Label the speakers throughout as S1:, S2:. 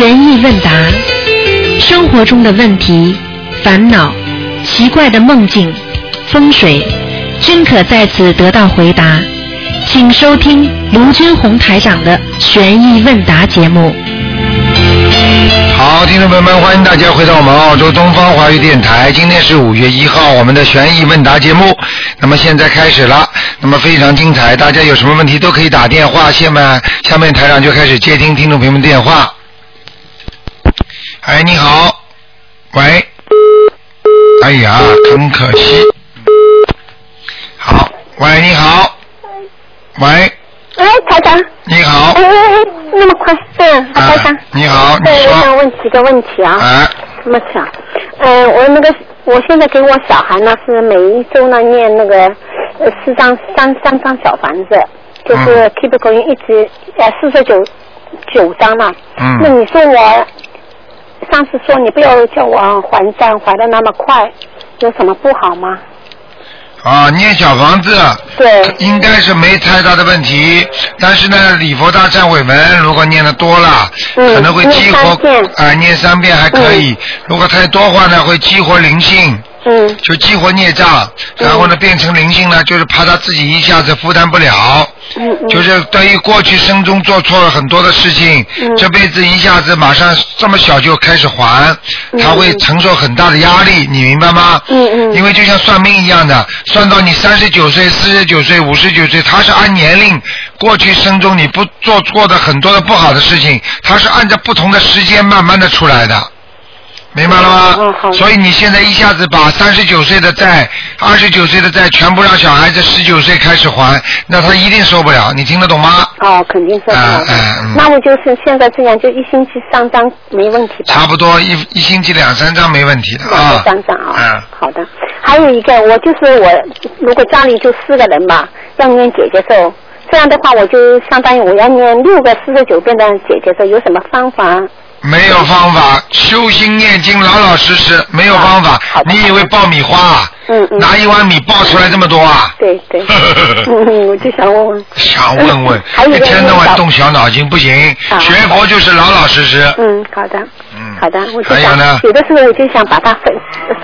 S1: 问问答，生活中的问题、烦恼、奇怪的梦境、风水，均可在此得到回答。请收听卢军红台长的《悬疑问答》节目。
S2: 好，听众朋友们，欢迎大家回到我们澳洲东方华语电台。今天是五月一号，我们的悬疑问答节目，那么现在开始了，那么非常精彩，大家有什么问题都可以打电话。下面下面台长就开始接听听众朋友们电话。哎，你好，喂，哎呀，很可惜。好，喂，你好，喂，
S3: 哎，台长，
S2: 你好
S3: 哎，哎哎，那么快，嗯，好，
S2: 啊
S3: 台长，，哎
S2: 你好，你
S3: 对，我想
S2: 说，
S3: 问几个问题啊，
S2: 哎，
S3: 这么巧，嗯，我那个我现在给我小孩呢是每一周呢念那个呃四张三三张小房子，就是
S2: 嗯
S3: keep going 一直呃四十九九张嘛，
S2: 嗯
S3: 那你说我上次说你不要叫我还债还的那么快，有什么不好吗？
S2: 啊，念小房子，
S3: 对，
S2: 应该是没太大的问题，但是呢，礼佛大忏悔文如果念的多了，
S3: 嗯
S2: 可能会激活
S3: 念三遍
S2: 啊、念三遍还可以。如果太多话呢，会激活灵性，
S3: 嗯
S2: 就激活孽障，然后呢变成灵性呢，就是怕他自己一下子负担不了，
S3: 嗯嗯，
S2: 就是对于过去生中做错了很多的事情，
S3: 嗯
S2: 这辈子一下子马上这么小就开始还，他会承受很大的压力，你明白吗？
S3: 嗯嗯
S2: 因为就像算命一样的，算到你三十九岁、四十九岁、五十九岁，他是按年龄，过去生中你不做过的很多的不好的事情，他是按照不同的时间慢慢的出来的。明白了吗？
S3: 嗯好的
S2: 所以你现在一下子把三十九岁的债、二十九岁的债全部让小孩子十九岁开始还，那他一定受不了。你听得懂吗？
S3: 哦，肯定是不好
S2: 啊
S3: 的。
S2: 嗯嗯
S3: 那我就是现在这样，就一星期三张没问题吧？
S2: 差不多一一星期两三张没问题的
S3: 两
S2: 啊
S3: 个。三张啊、
S2: 嗯
S3: 好的。还有一个，我就是我，如果家里就四个人嘛，要念姐姐咒，这样的话我就相当于我要念六个四十九遍的姐姐咒，有什么方法？
S2: 没有方法，修心念经老老实实，没有方法
S3: 好。的
S2: 你以为爆米花啊？
S3: 嗯嗯，
S2: 拿一碗米爆出来这么多啊？
S3: 对 对，嗯，我就想问问，
S2: 想问问
S3: 还，有一
S2: 一
S3: 个
S2: 天到晚
S3: 就是
S2: 动小脑筋不行，
S3: 啊
S2: 学佛就是老老实实。
S3: 嗯，好的，
S2: 嗯
S3: 好的，我就
S2: 还有
S3: 想
S2: 呢，
S3: 有的时候我就想把它分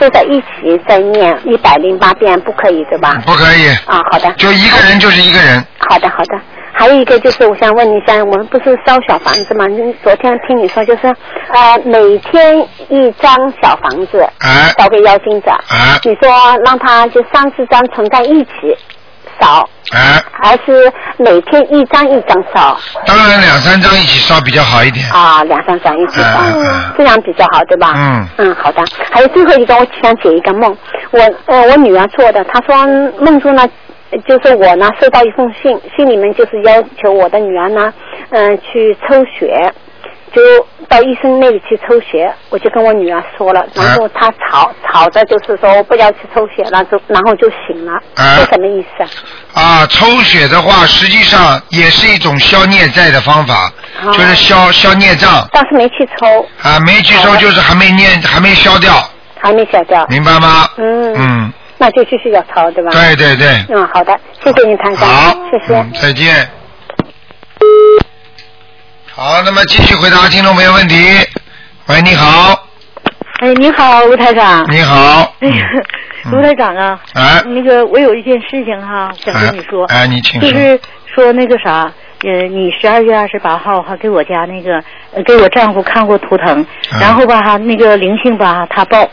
S3: 收在一起再念一百零八遍，不可以对吧？
S2: 不可以，
S3: 啊，好的，
S2: 就一个人就是一个人。
S3: 好的，好的。还有一个就是，我想问你一下，我们不是烧小房子吗？你昨天听你说，就是呃，每天一张小房子
S2: 哎
S3: 烧给妖精者，
S2: 哎
S3: 你说让他就三四张存在一起烧，
S2: 哎，
S3: 还是每天一张一张烧
S2: 当然两三张一起烧比较好一点。
S3: 啊？两三张一起烧，
S2: 嗯嗯
S3: 这样比较好，对吧？
S2: 嗯
S3: 嗯，好的。还有最后一个，我想解一个梦，我呃我女儿做的，她说嗯梦中呢，就是我呢收到一封信，信里面就是要求我的女儿呢，嗯、去抽血。就到医生那里去抽血，我就跟我女儿说了，
S2: 哎
S3: 然后她吵吵着就是说不要去抽血了，就然后就醒了，
S2: 啊
S3: 这什么意思啊？
S2: 啊，抽血的话，实际上也是一种消孽债的方法，
S3: 哦
S2: 就是消消孽障
S3: 当时没去抽，
S2: 啊，没去
S3: 好
S2: 抽
S3: 的
S2: 就是还没念，还没消掉，
S3: 还没消掉，
S2: 明白吗？
S3: 嗯
S2: 嗯，
S3: 那就继续要抽，对吧？
S2: 对对对，
S3: 嗯，好的，谢谢你，谭
S2: 好
S3: 长，，谢谢。
S2: 嗯，再见。好，那么继续回答听众朋友问题。喂，你好，
S4: 哎，你好，卢台长。
S2: 你好，
S4: 哎呀，
S2: 嗯
S4: 卢台长啊，
S2: 哎，
S4: 那个我有一件事情哈，想跟你说，
S2: 哎，哎你请
S4: 就
S2: 说，
S4: 是说那个啥，呃，你十二月二十八号哈，给我家那个，呃给我丈夫看过图腾，
S2: 嗯
S4: 然后吧哈，那个灵性吧，他报。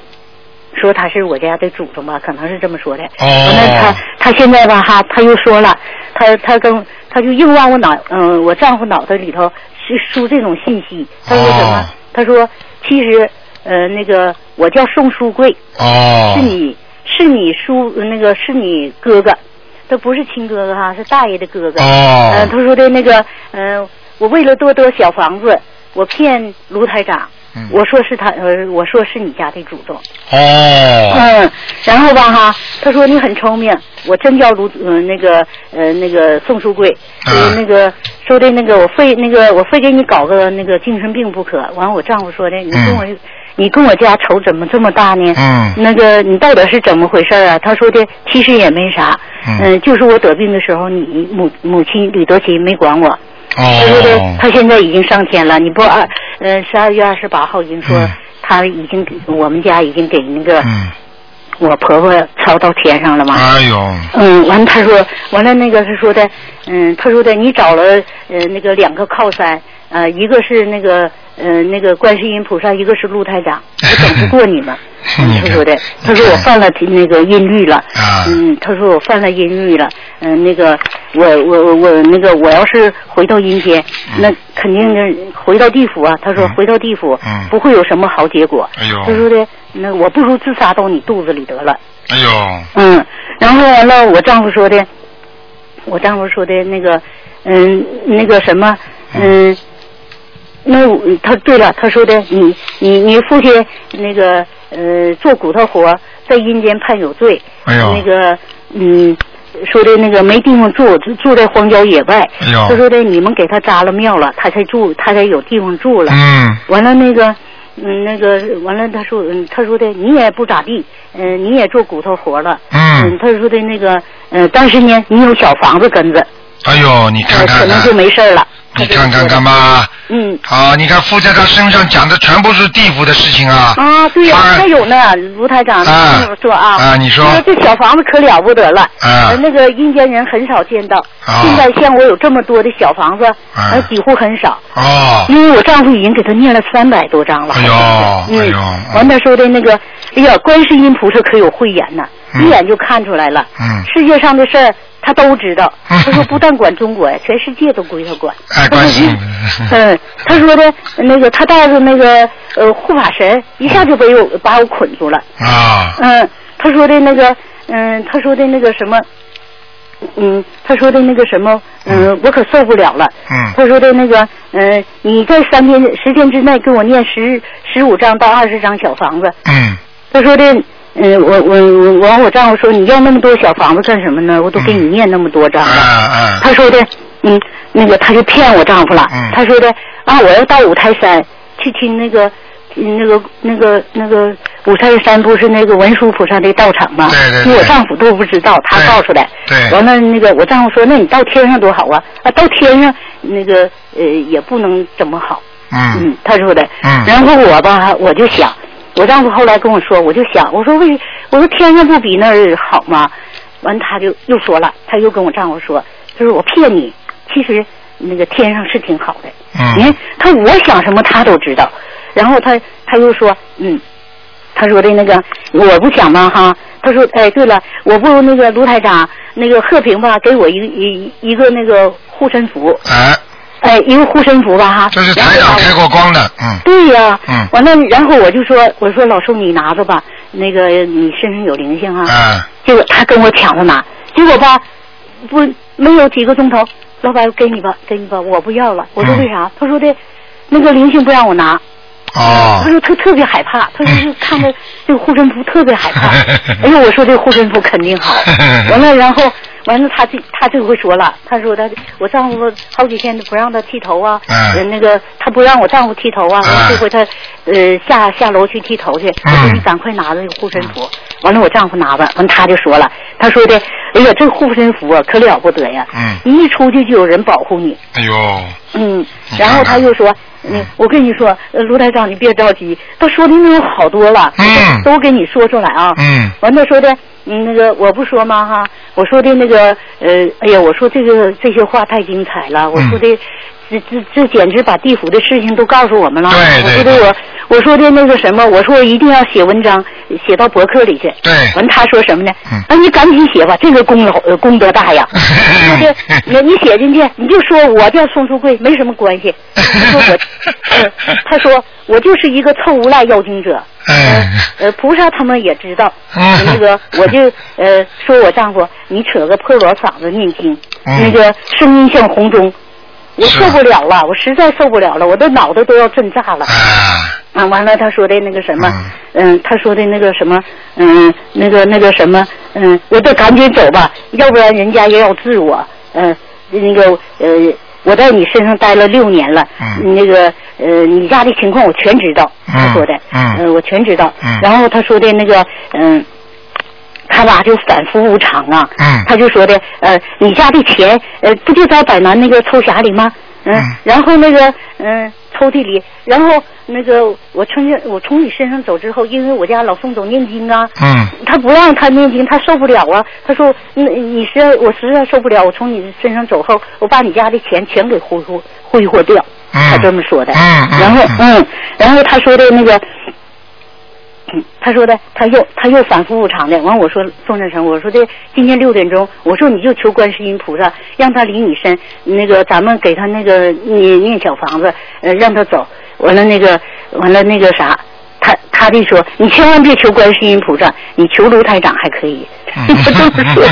S4: 说他是我家的祖宗吧，可能是这么说的。
S2: 哦
S4: 完了他他现在吧哈，他又说了，他他跟他就硬往我脑嗯我丈夫脑袋里头是输这种信息。他说什么？
S2: 哦
S4: 他说其实呃那个我叫宋书贵，
S2: 哦
S4: 是，你是你叔那个是你哥哥，他不是亲哥哥哈，是大爷的哥哥。
S2: 哦
S4: 呃，他说的那个，嗯、我为了多得小房子，我骗卢台长，
S2: 嗯
S4: 我说是他，呃，我说是你家的祖宗。
S2: 哦，
S4: 嗯，然后吧哈，他说你很聪明，我真叫卢，嗯、那个，呃，那个宋书贵，
S2: 嗯
S4: 呃那个说的那个我非那个我非给你搞个那个精神病不可。完，我丈夫说的，你跟我，你跟我家仇怎么这么大呢？
S2: 嗯
S4: 那个你到底是怎么回事儿啊？他说的其实也没啥，
S2: 嗯
S4: 呃就是我得病的时候，你母母亲吕德琴没管我，
S2: 哦
S4: 他说的他现在已经上天了。你不二呃十二月二十八号已经说、
S2: 嗯
S4: 他已经给我们家已经给那个、
S2: 嗯，
S4: 我婆婆抄到天上了吗？
S2: 哎呦，。
S4: 嗯，完了他说，完了那个他说的，嗯，他说的你找了呃那个两个靠山，呃一个是那个呃那个观世音菩萨，一个是陆台长，我整不过你们嗯他说的
S2: 你看，
S4: 他说我犯了那个阴律了，
S2: 啊
S4: 嗯，他说我犯了阴律了，嗯、那个我我我我那个我要是回到阴间，
S2: 嗯
S4: 那肯定是回到地府啊。他说
S2: 嗯
S4: 回到地府、
S2: 嗯
S4: 不会有什么好结果。
S2: 哎呦
S4: 他说的，那我不如自杀到你肚子里得了。
S2: 哎呦，
S4: 嗯，然后完了，我丈夫说的，我丈夫说的那个，嗯，那个什么，嗯，那我他对了，他说的你你你父亲那个呃做骨头活在阴间判有罪，
S2: 哎呦
S4: 那个嗯说的那个没地方住，就住在荒郊野外，
S2: 哎呦
S4: 他说的你们给他扎了庙了，他才住他才有地方住了，
S2: 嗯，
S4: 完了那个，嗯，那个完了，他说，嗯，他说的你也不咋地，嗯、你也做骨头活了，
S2: 嗯
S4: 他说的那个，嗯，但是呢，你有小房子跟着，
S2: 哎呦，你看
S4: 呃，可
S2: 看
S4: 能就
S2: 看，
S4: 没事儿了。
S2: 你看看看
S4: 嘛，
S2: 吧。
S4: 嗯，
S2: 好，你看附在他身上讲的全部是地府的事情啊。
S3: 嗯
S4: 啊，对呀、
S2: 他
S4: 还有呢，卢台长，
S2: 啊
S4: 你听我说啊，
S2: 啊你说
S4: 这小房子可了不得了，
S2: 啊
S4: 呃那个阴间人很少见到，
S2: 啊
S4: 现在像我有这么多的小房子，呃几乎很少，
S2: 哦，
S4: 因为我丈夫已经给他念了三百多章了。
S2: 哎呦
S4: 好像是
S2: 哎呦
S4: 嗯，完他说的那个，哎呀，观世音菩萨可有慧眼呐，
S2: 嗯
S4: 一眼就看出来了。
S2: 嗯
S4: 世界上的事儿他都知道。
S2: 嗯
S4: 他 说不但管中国呀，全世界都归他管。
S2: 哎，
S4: 他
S2: 关
S4: 说
S2: 心
S4: 一。嗯，他说的那个，他带着那个呃护法神，一下就被我把我捆住了。
S2: 啊，
S4: 嗯，他说的那个，嗯，他说的那个什么，嗯，他说的那个什么，嗯，我可受不了了。
S2: 嗯
S4: 他说的那个，嗯，你在三天时间之内给我念十十五张到二十张小房子。
S2: 嗯，
S4: 他说的，嗯，我我我我我丈夫说你要那么多小房子干什么呢？我都给你念那么多张
S2: 啊
S4: 了。
S2: 啊，
S4: 他说的，嗯，那个他就骗我丈夫了。
S2: 嗯
S4: 他说的啊，我要到五台山去听那个。嗯那个、那个、那个五台山不是那个文殊菩萨的道场吗？
S2: 对对对
S4: 因为我丈夫都不知道，他
S2: 对
S4: 告诉的。
S2: 对
S4: 完了，那个我丈夫说：“那你到天上多好啊！啊，到天上那个呃也不能怎么好。”
S2: 嗯
S4: 嗯，他说的。
S2: 嗯
S4: 然后我吧，我就想，我丈夫后来跟我说，我就想，我说为，我说天上不比那儿好吗？完，他就又说了，他又跟我丈夫说，他说我骗你，其实那个天上是挺好的。你看
S2: 嗯，
S4: 他我想什么他都知道，然后他他又说，嗯，他说的那个我不想嘛哈，他说哎对了，我不如那个卢台长那个贺平吧，给我一一一个那个护身符，
S2: 哎，
S4: 哎一个护身符吧哈，
S2: 这是
S4: 然后
S2: 台
S4: 把
S2: 长
S4: 我
S2: 开过光的，嗯，
S4: 对呀、
S2: 嗯
S4: 完了，然后我就说，我说老叔你拿着吧，那个你身上有灵性啊。
S2: 啊，
S4: 结果他跟我抢着拿，结果吧，不没有几个钟头，老板给你吧，给你吧，我不要了。我说
S2: 嗯
S4: 为啥？他说的，那个灵性不让我拿，
S2: 哦。。
S5: 啊
S4: 他，说特特别害怕，他说是看着这个护身符特别 害怕哎呦，我说这个护身符肯定好 完了，然后完了他这他这回说了，他说他我丈夫好几天都不让他剃头啊，
S2: 嗯
S4: 呃那个他不让我丈夫剃头啊，
S2: 嗯
S4: 这回他呃下下楼去剃头去，我说
S2: 嗯
S4: 你赶快拿着这个护身符。完了，我丈夫拿着，完他就说了，他说的，哎呀，这护身符啊可了不得呀，
S2: 嗯
S4: 你一出去就有人保护你。
S2: 哎呦，
S4: 嗯
S2: 你，
S4: 然后
S2: 看看
S4: 他又说，嗯，我跟你说，呃卢台长，你别着急，他说的那种好多了，
S2: 嗯
S4: 都给你说出来啊。
S2: 嗯
S4: 完他说的，嗯，那个我不说嘛哈，我说的那个，呃，哎呀，我说这个这些话太精彩了，我说
S2: 嗯
S4: 的。这这这简直把地府的事情都告诉我们了。
S2: 对对
S4: 我说的
S2: 对
S4: 我我说的那个什么，我说我一定要写文章，写到博客里去。
S2: 对
S4: 完他说什么呢？
S2: 嗯
S4: 啊，你赶紧写吧，这个功劳呃功德 大呀。说的你你写进去，你就说我叫宋书贵没什么 关系。他说我，嗯他说我就是一个臭无赖妖精者。
S2: 哎，
S4: 呃，菩萨他们也知道，
S2: 嗯
S4: 那 个我就呃说我丈夫，你扯个破锣嗓子念经，
S2: 嗯
S4: 那个声音像洪钟，我
S2: 是
S4: 受不了了，我实在受不了了，我的脑袋都要震炸了。
S2: 啊，
S4: 啊，完了，他说的那个什么，嗯，他说的那个什么，嗯，那个那个什么，嗯，我得赶紧走吧，要不然人家也要治我，嗯，那个呃，我在你身上待了六年了，
S2: 嗯
S4: 那个呃，你家的情况我全知道，
S2: 嗯
S4: 他说的，
S2: 嗯
S4: 呃，我全知道，
S2: 嗯
S4: 然后他说的那个，嗯。他俩就反复无常啊，
S2: 嗯
S4: 他就说的，呃，你家的钱，呃，不就在海南那个抽匣里吗？嗯
S2: 嗯，
S4: 然后那个嗯抽屉里，然后那个我从我从你身上走之后，因为我家老宋总念经啊，
S2: 嗯
S4: 他不让他念经，他受不了啊。他说：“你你实在我实在受不了，我从你身上走后，我把你家的钱全给挥霍挥霍掉。”
S2: 嗯
S4: 他这么说的。
S2: 嗯嗯
S4: 然后嗯，然后他说的那个，嗯他说的他又他又反复无常的。完我说宋振成，我说的今天六点钟，我说你就求观世音菩萨，让他离你身，那个咱们给他那个你念小房子，呃，让他走。完了那个完了那个啥，他他就说：“你千万别求观世音菩萨，你求卢台长还可以。
S2: 嗯”
S4: 他这 么说，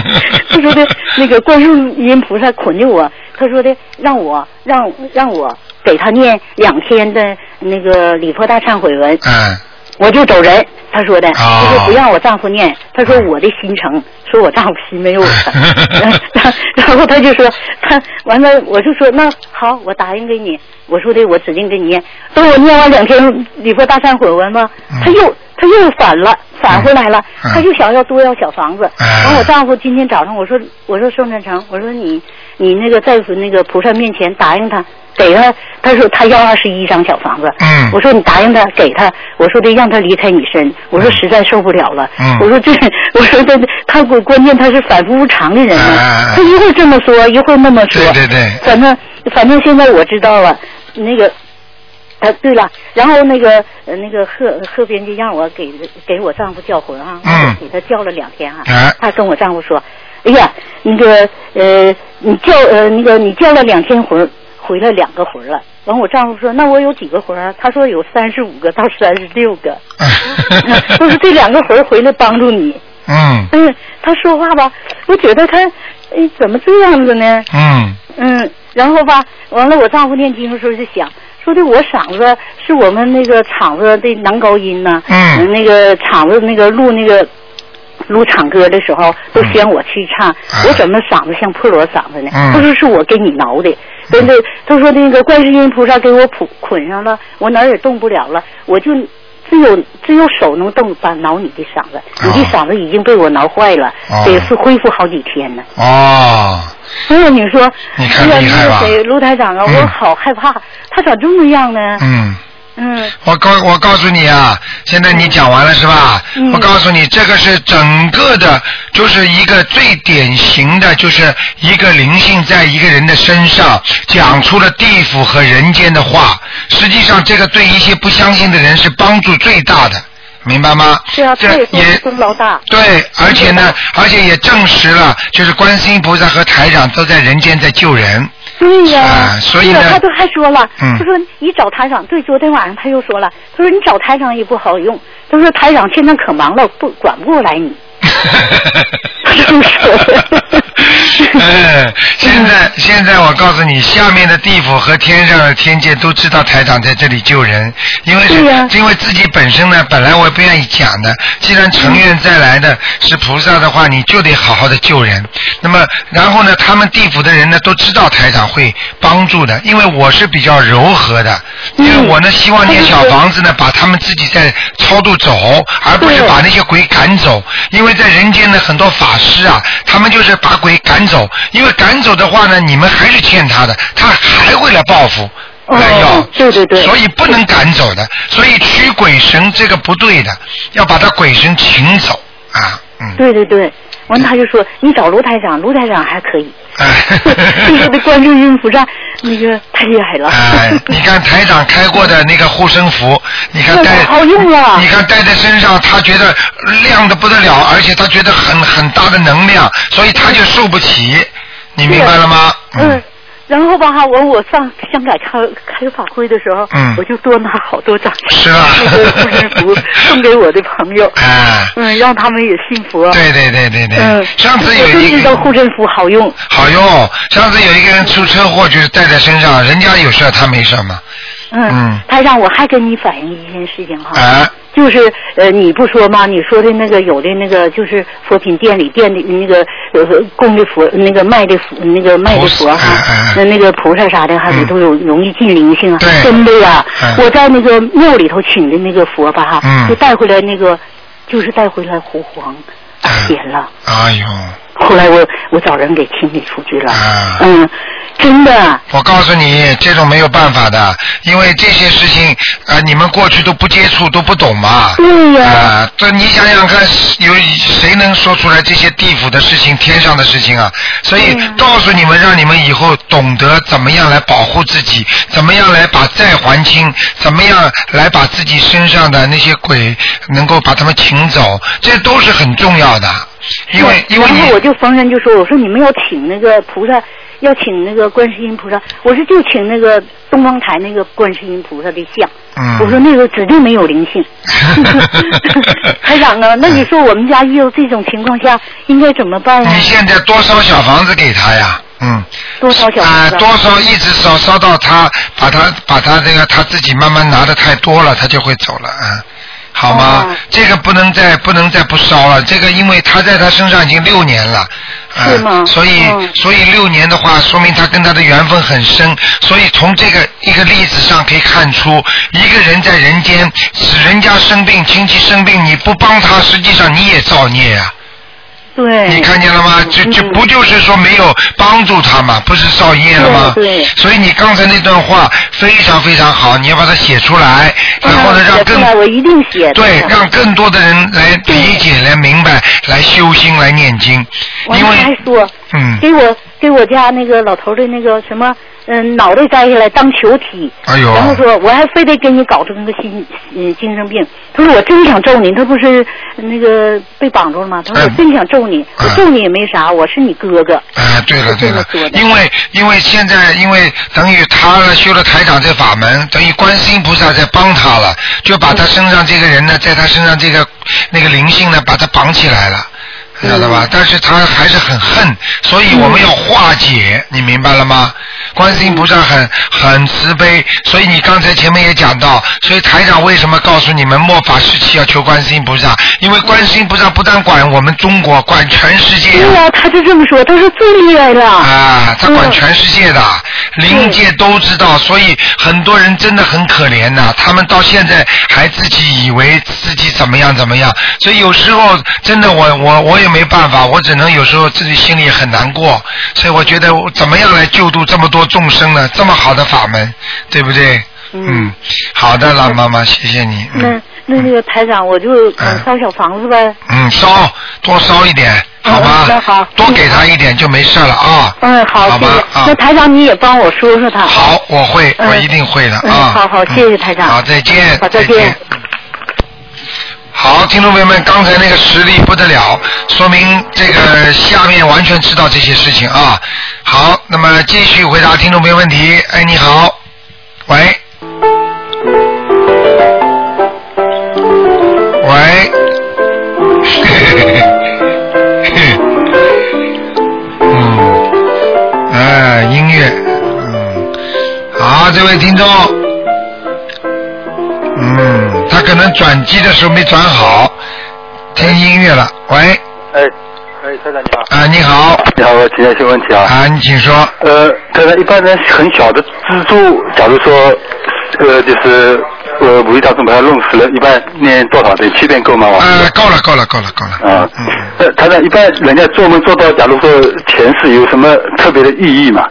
S4: 他说的那个观世音菩萨捆着我，他说的让我让让我给他念两天的那个礼佛大忏悔文，
S2: 嗯
S4: 我就走人。他说的，
S2: 哦
S4: 他说不让我丈夫念，他说我的心诚，说我丈夫 心没有我的然后 他就说，他完了，我就说那好，我答应给你，我说的我指定给你念。等我念完两天礼佛大忏悔文吧，
S2: 嗯
S4: 他又他又反了，反回来了，
S2: 嗯嗯
S4: 他就想要多要小房子。
S2: 嗯
S4: 完、我丈夫今天早上我说我说宋振成，我说你你那个在那个菩萨面前答应他，给他，他说他要二十一张小房子。
S2: 嗯
S4: 我说你答应他，给他，我说的让他离开你身，我说实在受不了了，
S2: 嗯
S4: 我说这， 我说他他关关键他是反复无常的人
S2: 哎哎
S4: 啊
S2: 哎，
S4: 他一会儿这么说，一会儿那么说，
S2: 对对对
S4: 反正反正现在我知道了，那个。啊，对了，然后那个呃那个贺贺编辑让我给给我丈夫叫魂啊，
S2: 嗯
S4: 我给他叫了两天啊，
S2: 哎
S4: 他跟我丈夫说，哎呀，那个呃，你叫呃那个你叫了两天魂，回了两个魂了。完，我丈夫说，那我有几个魂啊？他说有三十五个到三十六 个，就是这两个魂回来帮助你。
S2: 嗯
S4: 嗯，他说话吧，我觉得他，哎，怎么这样子呢？
S2: 嗯
S4: 嗯，然后吧，完了，我丈夫念经的时候就想，说的我嗓子是我们那个厂子的男高音呐、
S2: 嗯
S4: 那个厂子那个录那个录唱歌的时候，都嫌我去唱，
S2: 嗯
S4: 我怎么嗓子像破锣嗓子呢？
S2: 嗯
S4: 他说是我给你挠的，真的，他说那个观世音菩萨给我捆捆上了，我哪儿也动不了了，我就。只有只有手能动，把挠你的嗓子，你的
S2: 哦
S4: 嗓子已经被我挠坏了，
S2: 哦
S4: 得是恢复好几天呢。
S2: 哦，
S4: 哎呀，你说，
S2: 你看
S4: 哎呀
S2: 厉害吧
S4: 那个谁，卢台长啊，
S2: 嗯
S4: 我好害怕，他咋这么样呢？
S2: 嗯。
S4: 嗯，
S2: 我告我告诉你啊，现在你讲完了是吧？
S4: 嗯
S2: 我告诉你，这个是整个的，就是一个最典型的，就是一个灵性在一个人的身上讲出了地府和人间的话。实际上，这个对一些不相信的人是帮助最大的，明白吗？
S4: 是啊，他
S2: 这
S4: 也说
S2: 也
S4: 尊老大，
S2: 对，而且呢，而且也证实了，就是观世音菩萨和台长都在人间在救人。
S4: 对呀、
S2: 啊所以
S4: 对呀
S2: 呢
S4: 他都还说了，
S2: 嗯
S4: 他说你找台长，对，昨天晚上他又说了，他说你找台长也不好用，他说台长现在可忙了，不管不过来你。
S2: 嗯，现哎在现在我告诉你，下面的地府和天上的天界都知道台长在这里救人，因为是、
S4: 对呀
S2: 因为自己本身呢，本来我也不愿意讲的，既然成愿再来的是菩萨的话，你就得好好的救人。那么然后呢，他们地府的人呢都知道台长会帮助的，因为我是比较柔和的，因为我呢希望念小房子呢把他们自己在超度走，而不是
S4: 对
S2: 把那些鬼赶走，因为在人间的很多法师啊，他们就是把鬼赶走，因为赶走的话呢，你们还是欠他的，他还会来报复。来要、
S4: 哦对对对
S2: 所以不能赶走的，所以驱鬼神这个不对的，要把他鬼神请走啊，嗯，
S4: 对对对，完他就说你找卢台长，卢台长还可 以，你说
S2: 哎
S4: 的观世音菩萨那个太厉害了。
S2: 哎，你看台长开过的那个护身 符，你看
S4: 那
S2: 戴
S4: 可好用啊了
S2: 你看戴在身上，他觉得亮的不得了，而且他觉得很很大的能量，所以他就受不起，你明白了吗？
S4: 嗯，，然后吧，我我上香港开开法会的时候，
S2: 嗯
S4: 我就多拿好多张
S2: 是啊吧
S4: 那个护身符送给我的朋友，
S2: 哎，
S4: 嗯，让他们也信佛。
S2: 对对对对
S4: 嗯
S2: 对，，上次有
S4: 我就
S2: 一
S4: 知道
S2: 个
S4: 护身符好用。
S2: 好用，上次有一个人出车祸，就是戴在身上，人家有事儿他没事儿嘛，嗯
S4: 嗯，他让我还跟你反映一件事情哈。
S2: 哎，
S4: 就是呃，你不说吗？你说的那个有的那个就是佛品店里店里那个呃供的佛，那个卖的佛，那个卖的佛
S2: 菩萨
S4: 哈
S2: 哎哎，
S4: 那那个菩萨啥的，还
S2: 嗯
S4: 不都有容易进灵性啊
S2: 对？
S4: 真的呀
S2: 哎！
S4: 我在那个庙里头请的那个佛吧哈，
S2: 嗯
S4: 就带回来那个，就是带回来狐黄
S2: 哎
S4: 点了。
S2: 哎呦，
S4: 后来我我找人给清理出去了。
S2: 啊
S4: 嗯，真的，
S2: 我告诉你，这种没有办法的，因为这些事情啊、呃你们过去都不接触，都不懂嘛。
S6: Hum.
S4: 对呀、
S6: Ah,
S2: 啊，这你想想看，有谁能说出来这些地府的事情、天上的事情啊？所以
S4: 对呀
S2: 告诉你们，让你们以后懂得怎么样来保护自己，怎么样来把债还清，怎么样来把自己身上的那些鬼能够把他们请走，这都是很重要的。因为
S4: 是
S2: 因为
S4: 然
S2: 你
S4: 后我就逢人就说，我说你们要请那个菩萨，要请那个观世音菩萨，我说就请那个东方台那个观世音菩萨的像，
S2: 嗯，
S4: 我说那个指定没有灵 性。 台长啊，那你说我们家遇到这种情况下应该怎么办呀、
S2: 你现在多烧小房子给他呀，嗯。
S4: 多少小
S2: 啊、
S4: 房子啊？
S2: 多烧一直烧烧到他把他把他这个他自己慢慢拿的太多了，他就会走了，嗯，好吗？
S4: 哦
S2: 这个不能再不能再不烧了，这个因为他在他身上已经六年了。啊
S4: 是吗
S2: 所以、
S4: 嗯
S2: 所以六年的话，说明他跟他的缘分很深。所以从这个一个例子上可以看出，一个人在人间，使人家生病、亲戚生病，你不帮他，实际上你也造孽啊呀、
S4: 对，
S2: 你看见了吗？就就
S4: 嗯
S2: 不就是说没有帮助他嘛，不是造业了吗？
S4: 对对
S2: 所以你刚才那段话非常非常好，你要把它写出来，然后呢，
S4: 嗯
S2: 让
S4: 写
S2: 更
S4: 出来我一定写的。
S2: 对
S4: 台，长
S2: 让更多的人来理解、来明白、来修心、来念经，
S4: 我
S2: 因
S4: 那还
S2: 为
S4: 说，
S2: 嗯，
S4: 给我给我家那个老头的那个什么，嗯，脑袋摘下来当球踢。
S2: 哎呦
S4: 然后说，我还非得给你搞这么个心，嗯，精神病。他说我真想揍你，他不是那个被绑住了吗？他
S2: 哎
S4: 说我真想揍你，
S2: 哎
S4: 我揍你也没啥，我是你哥哥。
S2: 哎，对了
S4: 是
S2: 对
S4: 这么
S2: 了
S4: 说，的
S2: 因为因为现在因为等于他修了台长这法门，等于观世音菩萨在帮他了，就把他身上这个
S4: 嗯
S2: 人呢，在他身上这个那个灵性呢，把他绑起来了。知道
S4: 嗯
S2: 吧？但是他还是很恨，所以我们要化解，
S4: 嗯
S2: 你明白了吗？观世音菩萨很很慈悲，所以你刚才前面也讲到，所以台长为什么告诉你们末法时期要求观世音菩萨？因为观世音菩萨不但管我们中国，管全世界、
S4: 对呀、他就这么说，他说最厉害了。
S2: 啊，他管
S4: 嗯
S2: 全世界的，灵界都知道，所以很多人真的很可怜呐、他们到现在还自己以为自己怎么样怎么样，所以有时候真的我我我也没办法，我只能有时候自己心里很难过。所以我觉得我怎么样来救度这么多众生呢？这么好的法门，对不对？
S4: 嗯
S2: 嗯，好的，老妈妈，谢谢你。
S4: 那
S2: 嗯
S4: 那那个台长，我就呃
S2: 嗯
S4: 烧小房子呗。
S2: 嗯，烧多烧一点，好吧
S4: 嗯那好？
S2: 多给他一点就没事了啊。
S4: 嗯，好，
S2: 好
S4: 谢
S2: 吧
S4: 谢。
S2: 啊
S4: 那台长你也帮我说说他。
S2: 好，我会，
S4: 嗯
S2: 我一定会的
S4: 嗯
S2: 啊。
S4: 好好
S2: 嗯
S4: 谢谢台长
S2: 好，再见。
S4: 好再见
S2: 见。好，听众朋友们，刚才那个实力不得了，说明这个下面完全知道这些事情啊。好，那么继续回答听众朋友问题。哎，你好，喂，喂， 嗯，哎，音乐，嗯，好，这位听众，嗯，他可能转机的时候没转好，听音乐了。喂，
S7: 哎，哎，台长你好。
S2: 啊，你好，
S7: 你好，我请教一些问题啊。
S2: 啊，你请说，
S7: 呃，台长，一般人很小的蜘蛛，假如说，呃，就是呃五一大众把它弄死了，一般念多少遍？七遍够吗？往生
S2: 呃，够了，够了，够了，够了。
S7: 啊
S2: 嗯，
S7: 呃，台长，一般人家做梦做到，假如说前世有什么特别的意义嘛？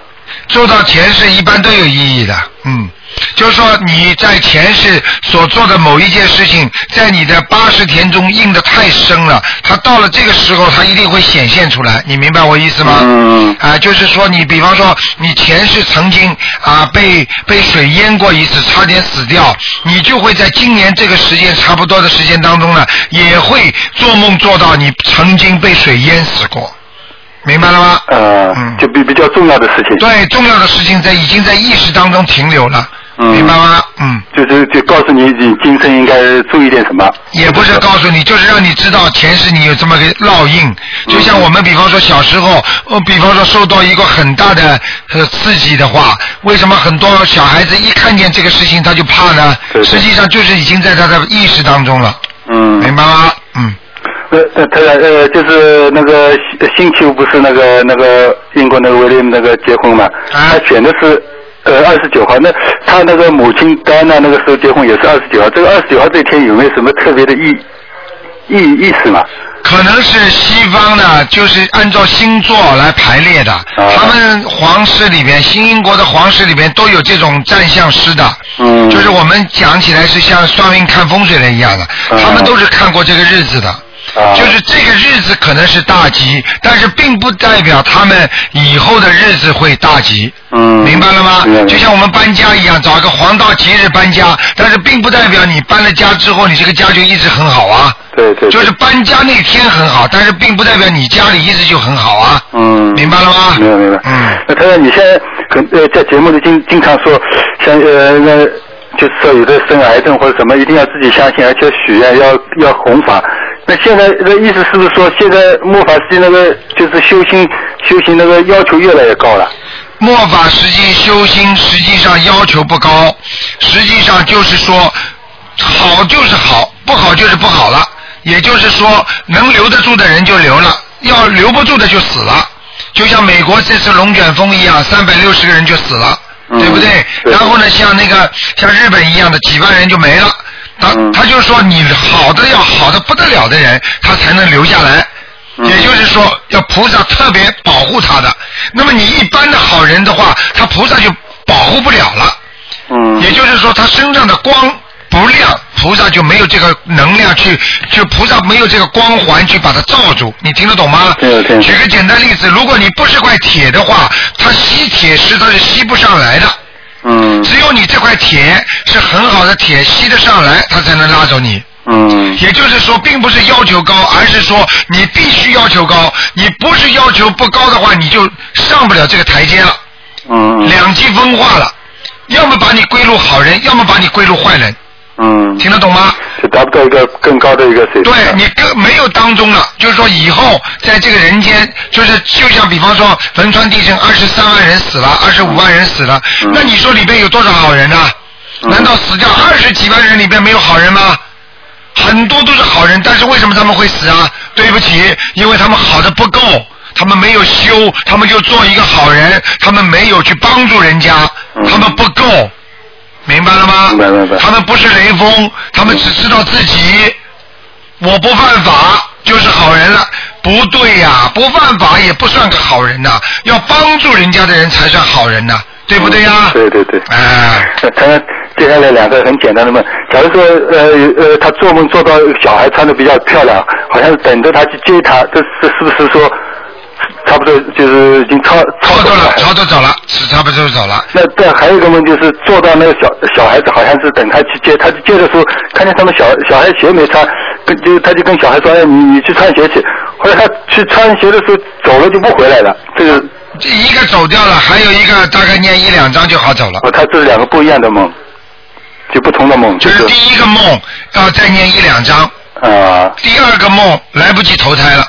S2: 做到前世一般都有意义的，嗯，就是说你在前世所做的某一件事情，在你的八十田中印的太深了，它到了这个时候，它一定会显现出来，你明白我意思吗？
S7: 嗯
S2: 啊，就是说你比方说你前世曾经啊被被水淹过一次，差点死掉，你就会在今年这个时间差不多的时间当中呢，也会做梦做到你曾经被水淹死过，明白了吗？
S7: 呃，
S2: 嗯
S7: 就比比较重要的事情。，
S2: 对，重要的事情在已经在意识当中停留了，
S7: 嗯
S2: 明白吗？嗯，
S7: 就是就告诉你，你今生应该注意点什么。
S2: 也不是告诉你，就是让你知道前世你有这么个烙印。就像我们比方说小时候，呃，比方说受到一个很大的呃刺激的话，为什么很多小孩子一看见这个事情他就怕呢？
S7: 对对
S2: 实际上就是已经在他的意识当中了，
S7: 嗯，
S2: 明白吗？嗯，
S7: 呃呃，他呃就是那个星星期五不是那个那个英国那个威廉姆那个结婚嘛？
S2: 啊
S7: 他选的是呃二十九号，那他那个母亲戴安娜那个时候结婚也是二十九号，这个二十九号这一天有没有什么特别的意意意思嘛？
S2: 可能是西方的，就是按照星座来排列的。他们皇室里面，新英国的皇室里面都有这种占相师的。
S7: 嗯
S2: 就是我们讲起来是像算命看风水的一样的，他们都是看过这个日子的。
S7: 啊
S2: 就是这个日子可能是大吉，但是并不代表他们以后的日子会大吉。
S7: 嗯
S2: 明白了吗
S7: 明白？
S2: 就像我们搬家一样，找一个黄道吉日搬家，但是并不代表你搬了家之后，你这个家就一直很好啊。
S7: 对对对
S2: 就是搬家那天很好，但是并不代表你家里一直就很好啊。
S7: 嗯，
S2: 明白了吗？
S7: 明白明白。呃
S2: 嗯。
S7: 那他说你现在很呃在节目里经经常说，像呃那就是说有的生癌症或者什么，一定要自己相信，而且许愿要要弘法。那现在那意思是不是说，现在末法时期那个就是修心修行那个要求越来越高了？
S2: 末法实际修心，实际上要求不高，实际上就是说，好就是好，不好就是不好了。也就是说，能留得住的人就留了，要留不住的就死了。就像美国这次龙卷风一样，三百六十个人就死了，
S7: 嗯
S2: 对不对？
S7: 对
S2: 然后呢，像那个像日本一样的，几万人就没了。他
S7: 嗯
S2: 他就说，你好的要好的不得了的人，他才能留下来。
S7: 嗯
S2: 也就是说，要菩萨特别保护他的。那么你一般的好人的话，他菩萨就保护不了了。
S7: 嗯
S2: 也就是说，他身上的光不亮，菩萨就没有这个能量去，就菩萨没有这个光环去把它罩住。你听得懂吗？
S7: 听得懂
S2: 举个简单例子，如果你不是块铁的话，它吸铁石它是吸不上来的。
S7: 嗯
S2: 只有你这块铁是很好的铁，吸得上来，它才能拉走你。
S7: 嗯
S2: 也就是说，并不是要求高，而是说你必须要求高。你不是要求不高的话，你就上不了这个台阶了，
S7: 嗯
S2: 两极分化了。要么把你归入好人，要么把你归入坏人，
S7: 嗯，
S2: 听得懂吗？
S7: 就达不到一个更高的一个水平。
S2: 对你跟没有当中了，就是说以后在这个人间，就是就像比方说汶川地震，二十三万人死了，二十五万人死了，
S7: 嗯
S2: 那你说里边有多少好人呢、啊
S7: 嗯
S2: 难道死掉二十几万人里边没有好人吗？很多都是好人，但是为什么他们会死啊？对不起，因为他们好的不够，他们没有修，他们就做一个好人，他们没有去帮助人家，
S7: 嗯
S2: 他们不够，明白了吗？
S7: 明白明白
S2: 他们不是雷锋，他们只知道自己，我不犯法就是好人了。不对呀、不犯法也不算个好人呐、要帮助人家的人才算好人呐、对不对呀、
S7: 嗯对对对。
S2: 哎、
S7: 那他接下来两个很简单的梦，假如说呃呃，他做梦做到小孩穿的比较漂亮，好像等着他去接他，这这是不是说差不多就是已经超
S2: 操作
S7: 超过
S2: 了，操
S7: 了？
S2: 作走了，是差不多走了。
S7: 那对，还有一个梦就是做到那个小小孩子好像是等他去接，他去接的时候看见他们小小孩鞋没穿，跟就他就跟小孩说，哎你你去穿鞋去。后来他去穿鞋的时候走了就不回来了，这个啊
S2: 这一个走掉了，还有一个大概念一两张就好走了。
S7: 哦，他这是两个不一样的梦，就不同的梦，
S2: 就是第一个梦要再念一两张，
S7: 啊、
S2: 第二个梦来不及投胎了。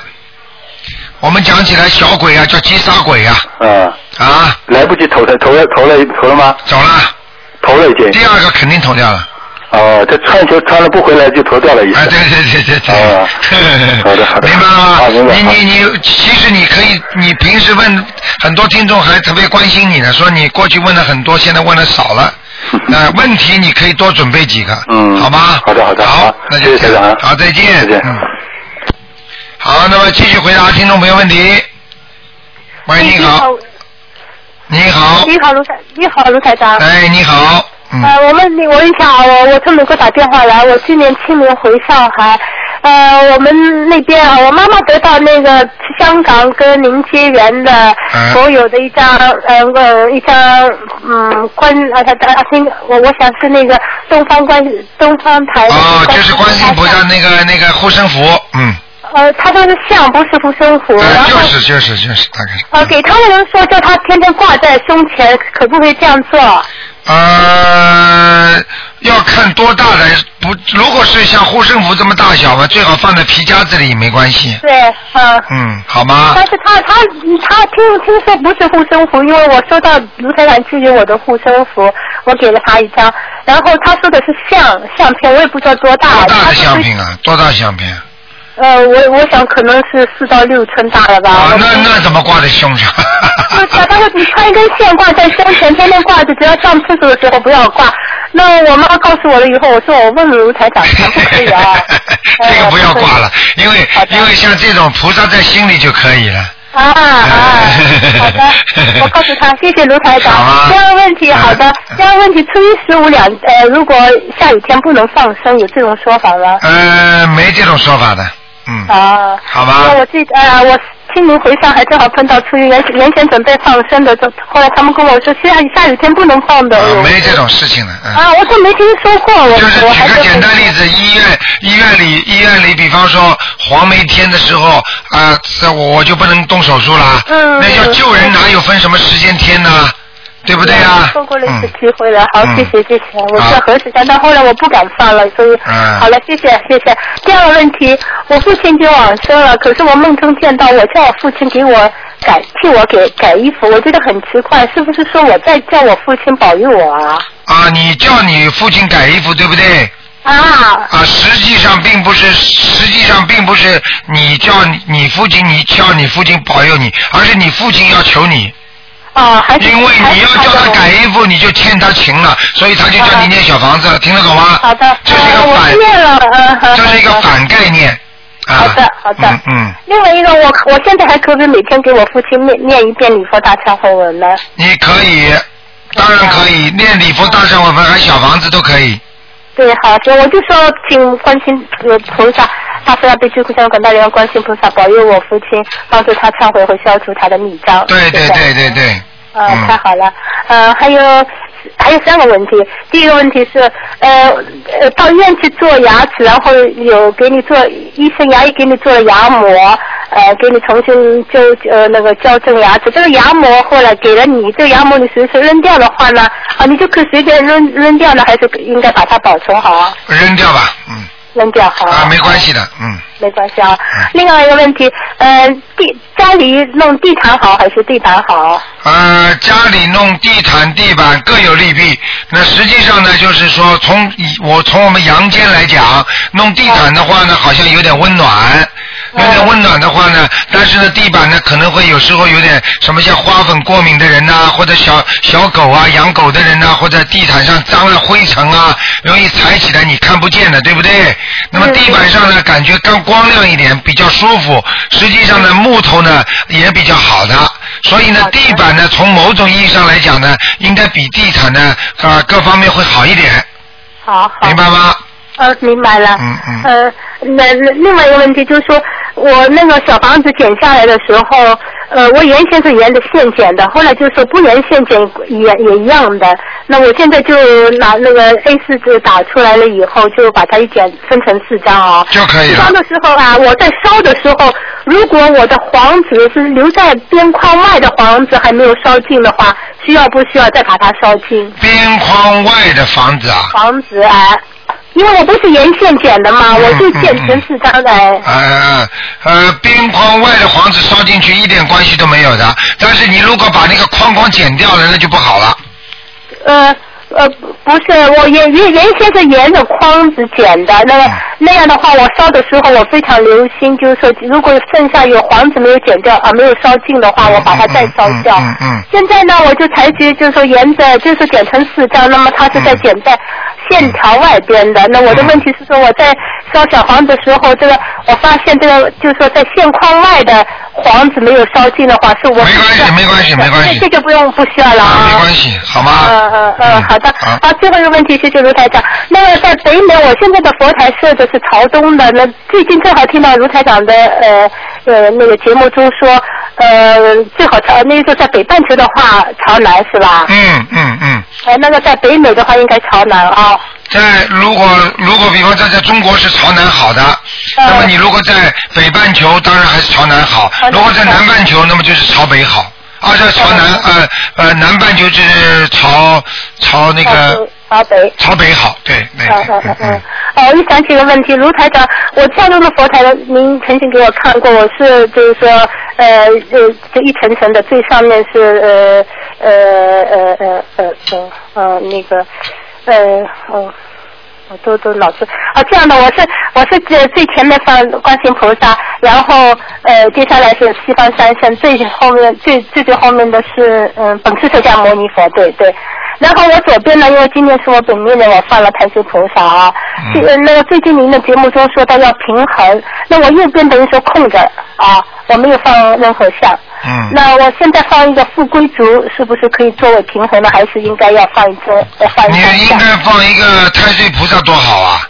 S2: 我们讲起来小鬼啊，叫击杀鬼啊，
S7: 啊。
S2: 啊，
S7: 来不及投胎，投了投了投了吗？
S2: 走了。
S7: 投了已经。
S2: 第二个肯定投掉了。
S7: 哦，这穿球穿了不回来就投掉了已经。
S2: 啊，对对对对
S7: 哦
S2: 对，
S7: 好的好的
S2: 明白了吗
S7: 好？明白
S2: 你
S7: 好
S2: 你你，其实你可以，你平时问很多听众还特别关心你呢，说你过去问了很多，现在问的少 了。那问题你可以多准备几个，
S7: 嗯
S2: 好吗？
S7: 好的好的
S2: 好
S7: 好，
S2: 那就
S7: 谢谢
S2: 这样
S7: 台长啊
S2: 好，再见，
S7: 再见
S2: 嗯。好，那么继续回答听众朋友问题。喂，哎你好，你好，
S5: 你好，卢台，你好，卢台长。
S2: 哎，你好，嗯，
S5: 呃，我问你，我问一下啊，我我从美国打电话来，我今年清明回上海，呃，我们那边啊，我妈妈得到那个香港跟您结缘的
S2: 嗯
S5: 佛友的一张，呃呃，一张嗯观啊，他他听我我想是那个东方观东方台的
S2: 哦，就是观世音菩萨
S5: 像
S2: 那个那个护身符，嗯，
S5: 呃，他说是像，不是护身符，然
S2: 呃，
S5: 后
S2: 就是就是就是，大概是。
S5: 呃，
S2: 嗯
S5: 给他的人说叫他天天挂在胸前，可不可以这样做？
S2: 呃，要看多大的，不，如果是像护身符这么大小嘛，最好放在皮夹子里没关系。
S5: 对，嗯、
S2: 嗯，好吗？
S5: 但是他他他听听说不是护身符，因为我收到卢台长寄给我的护身符，我给了他一张，然后他说的是相相片，我也不知道多大。
S2: 多大
S5: 他
S2: 的
S5: 说
S2: 相
S5: 是
S2: 片啊？多大相片？
S5: 呃，我我想可能是四到六寸大了吧。
S2: 啊
S5: 我，
S2: 那那怎么挂在胸上？？
S5: 不知道他说你穿一根线挂在胸前，天天挂着，只要上厕所的时候不要挂。那我妈告诉我了以后，我说我问了卢台长，可不可以啊
S2: 这个不要挂了，因为
S5: 好的
S2: 因为像这种菩萨在心里就可以了。
S5: 啊啊，好的，我告诉他，谢谢卢台长
S2: 好啊。嗯
S5: 第二个问题，好的，第二个问题，初一十五两，呃，如果下雨天不能放生，有这种说法吗？
S2: 呃，没这种说法的，嗯，
S5: 啊，
S2: 好吧
S5: 那我记得，呃，我清明回上海正好碰到初一，原原先准备放生的，就后来他们跟我说，下下雨天不能放的。
S2: 呃
S5: 我
S2: 没这种事情的，嗯。
S5: 啊，我说没听说过，我
S2: 就是
S5: 我还
S2: 举个
S5: 是
S2: 简单例子，医院医院里医院里，比方说黄梅天的时候啊，这、我我就不能动手术了，
S5: 嗯
S2: 那叫救人，哪有分什么时间天呢？对不对啊？
S5: 错过了一次
S2: 嗯
S5: 机会了，好
S2: 嗯，
S5: 谢谢谢谢，我
S2: 好
S5: 是何时但到后来我不敢放了，所以
S2: 嗯
S5: 好了，谢谢谢谢。第二个问题，我父亲就往生了，可是我梦中见到我叫我父亲给我改替我给改衣服，我觉得很奇怪，是不是说我在叫我父亲保佑我啊？
S2: 啊，你叫你父亲改衣服，对不对？
S5: 啊，
S2: 啊，实际上并不是，实际上并不是你叫你你父亲，你叫你父亲保佑你，而是你父亲要求你，
S5: 啊，还是
S2: 因为
S5: 还
S2: 你
S5: 是
S2: 要叫他改衣服，你就欠他情了，所以他就叫你念小房子了，听得懂吗？
S5: 好的，
S2: 这是一
S5: 呃
S2: 个
S5: 我
S2: 反，
S5: 念了，嗯，好
S2: 这是一个
S5: 好的
S2: 反概念。啊、
S5: 好的好的
S2: 嗯嗯，
S5: 另外一个，我我现在还可不可以每天给我父亲念念一遍礼佛大忏悔文呢？
S2: 你可以，当然
S5: 啊
S2: 可以，念礼佛大忏悔文还小房子都可以。
S5: 对，好，行，我就说请观世音呃菩萨，大慈大悲救苦救难广大灵观世音菩萨保佑我父亲，帮助他忏悔和消除他的孽障。
S2: 对
S5: 谢
S2: 对嗯
S5: 谢
S2: 对对对。
S5: 呃，
S2: 嗯
S5: 太好了。呃，还有还有三个问题。第一个问题是，呃呃，到医院去做牙齿，然后有给你做呃医生牙医给你做了牙模，呃，给你重新纠呃那个矫正牙齿。这个牙模后来给了你，这个牙模你随时扔掉的话呢，啊，你就可以随便扔扔掉呢，还是应该把它保存好啊？
S2: 扔掉吧，嗯，
S5: 扔掉好
S2: 啊，没关系的，嗯，
S5: 没关系啊
S2: 嗯。
S5: 另外一个问题，呃，地家里弄地毯好还是地板好？
S2: 呃，家里弄地毯、地板各有利弊。那实际上呢，就是说从以我从我们阳间来讲，弄地毯的话呢，好像有点温暖。有点温暖的话呢，但是呢，地板呢可能会有时候有点什么像花粉过敏的人呐、或者小小狗啊、养狗的人呐、或者地毯上脏了灰尘啊，容易踩起来你看不见的，对不对？那么地板上呢，感觉更光亮一点，比较舒服。实际上呢，木头呢也比较好的，所以呢，地板呢从某种意义上来讲呢，应该比地毯呢啊、各方面会好一点，
S5: 好好。
S2: 明白吗？
S5: 呃，明白了。
S2: 嗯嗯
S5: 呃，那那另外一个问题就是说，我那个小房子剪下来的时候，呃，我原先是沿着线剪的，后来就说不沿线剪也也一样的。那我现在就拿那个 A 四纸打出来了以后，就把它一剪分成四张啊、
S2: 就可以了
S5: 烧的时候啊，我在烧的时候，如果我的黄纸是留在边框外的黄纸还没有烧尽的话，需要不需要再把它烧尽？
S2: 边框外的房子啊，
S5: 防止癌。因为我不是沿线剪的嘛，
S2: 嗯
S5: 啊我就剪成四张的哎癌。
S2: 呃呃，边框外的房子烧进去一点关系都没有的，但是你如果把那个框框剪掉了，那就不好了。
S5: 呃呃，不是，我原原原先是沿着框子剪的，那
S2: 嗯
S5: 个那样的话，我烧的时候我非常留心，就是说，如果剩下有黄纸没有剪掉啊，没有烧尽的话，我把它再烧掉。
S2: 嗯嗯嗯嗯嗯
S5: 现在呢，我就采取就是说沿着就是剪成四张，那么它是在剪
S2: 嗯
S5: 在线条外边的。那我的问题是说我在烧小房子的时候，这个我发现这个就是说在线框外的黄纸没有烧尽的话，是我
S2: 没关系没关系没关系
S5: 这这就不用不需要了
S2: 啊
S5: 啊，
S2: 没关系，好吗？
S5: 嗯嗯嗯，好的。
S2: 好
S5: 啊，最后一个问题，谢谢卢台长。那么在北美，我现在的佛台设的是朝东的。那最近正好听到卢台长的呃呃那个节目中说，呃最好朝那个在北半球的话朝南是吧？
S2: 嗯嗯嗯，
S5: 呃，那个在北美的话应该朝南啊、
S2: 在如果如果比方说在中国是朝南好的，
S5: 嗯
S2: 那么你如果在北半球，当然还是朝南好；
S5: 南
S2: 如果在南半球，那么就是朝北好。啊，这朝南呃呃南半球就是朝朝那个
S5: 朝北。
S2: 朝北好，对对。
S5: 好好好
S2: 嗯，
S5: 嗯
S2: 嗯，
S5: 哦，我又想起一个问题，卢台长，我家中的佛台呢，您曾经给我看过，我是就是说，呃呃，这一层层的，最上面是呃呃呃呃呃呃呃那个呃哦。我都都老是啊，这样的，我是我是最最前面放观世音菩萨，然后呃接下来是西方三圣，最后面最最最后面的是嗯本师释迦牟尼佛，对对。然后我左边呢，因为今年是我本命年，我放了太岁菩萨啊。这、呃那个最近您的节目中说到要平衡，那我右边等于说空着啊，我没有放任何像。
S2: 嗯，
S5: 那我现在放一个富贵竹，是不是可以作为平衡呢？还是应该要放一尊，呃放一尊
S2: 你应
S5: 像？
S2: 该放一个太岁菩萨多好啊！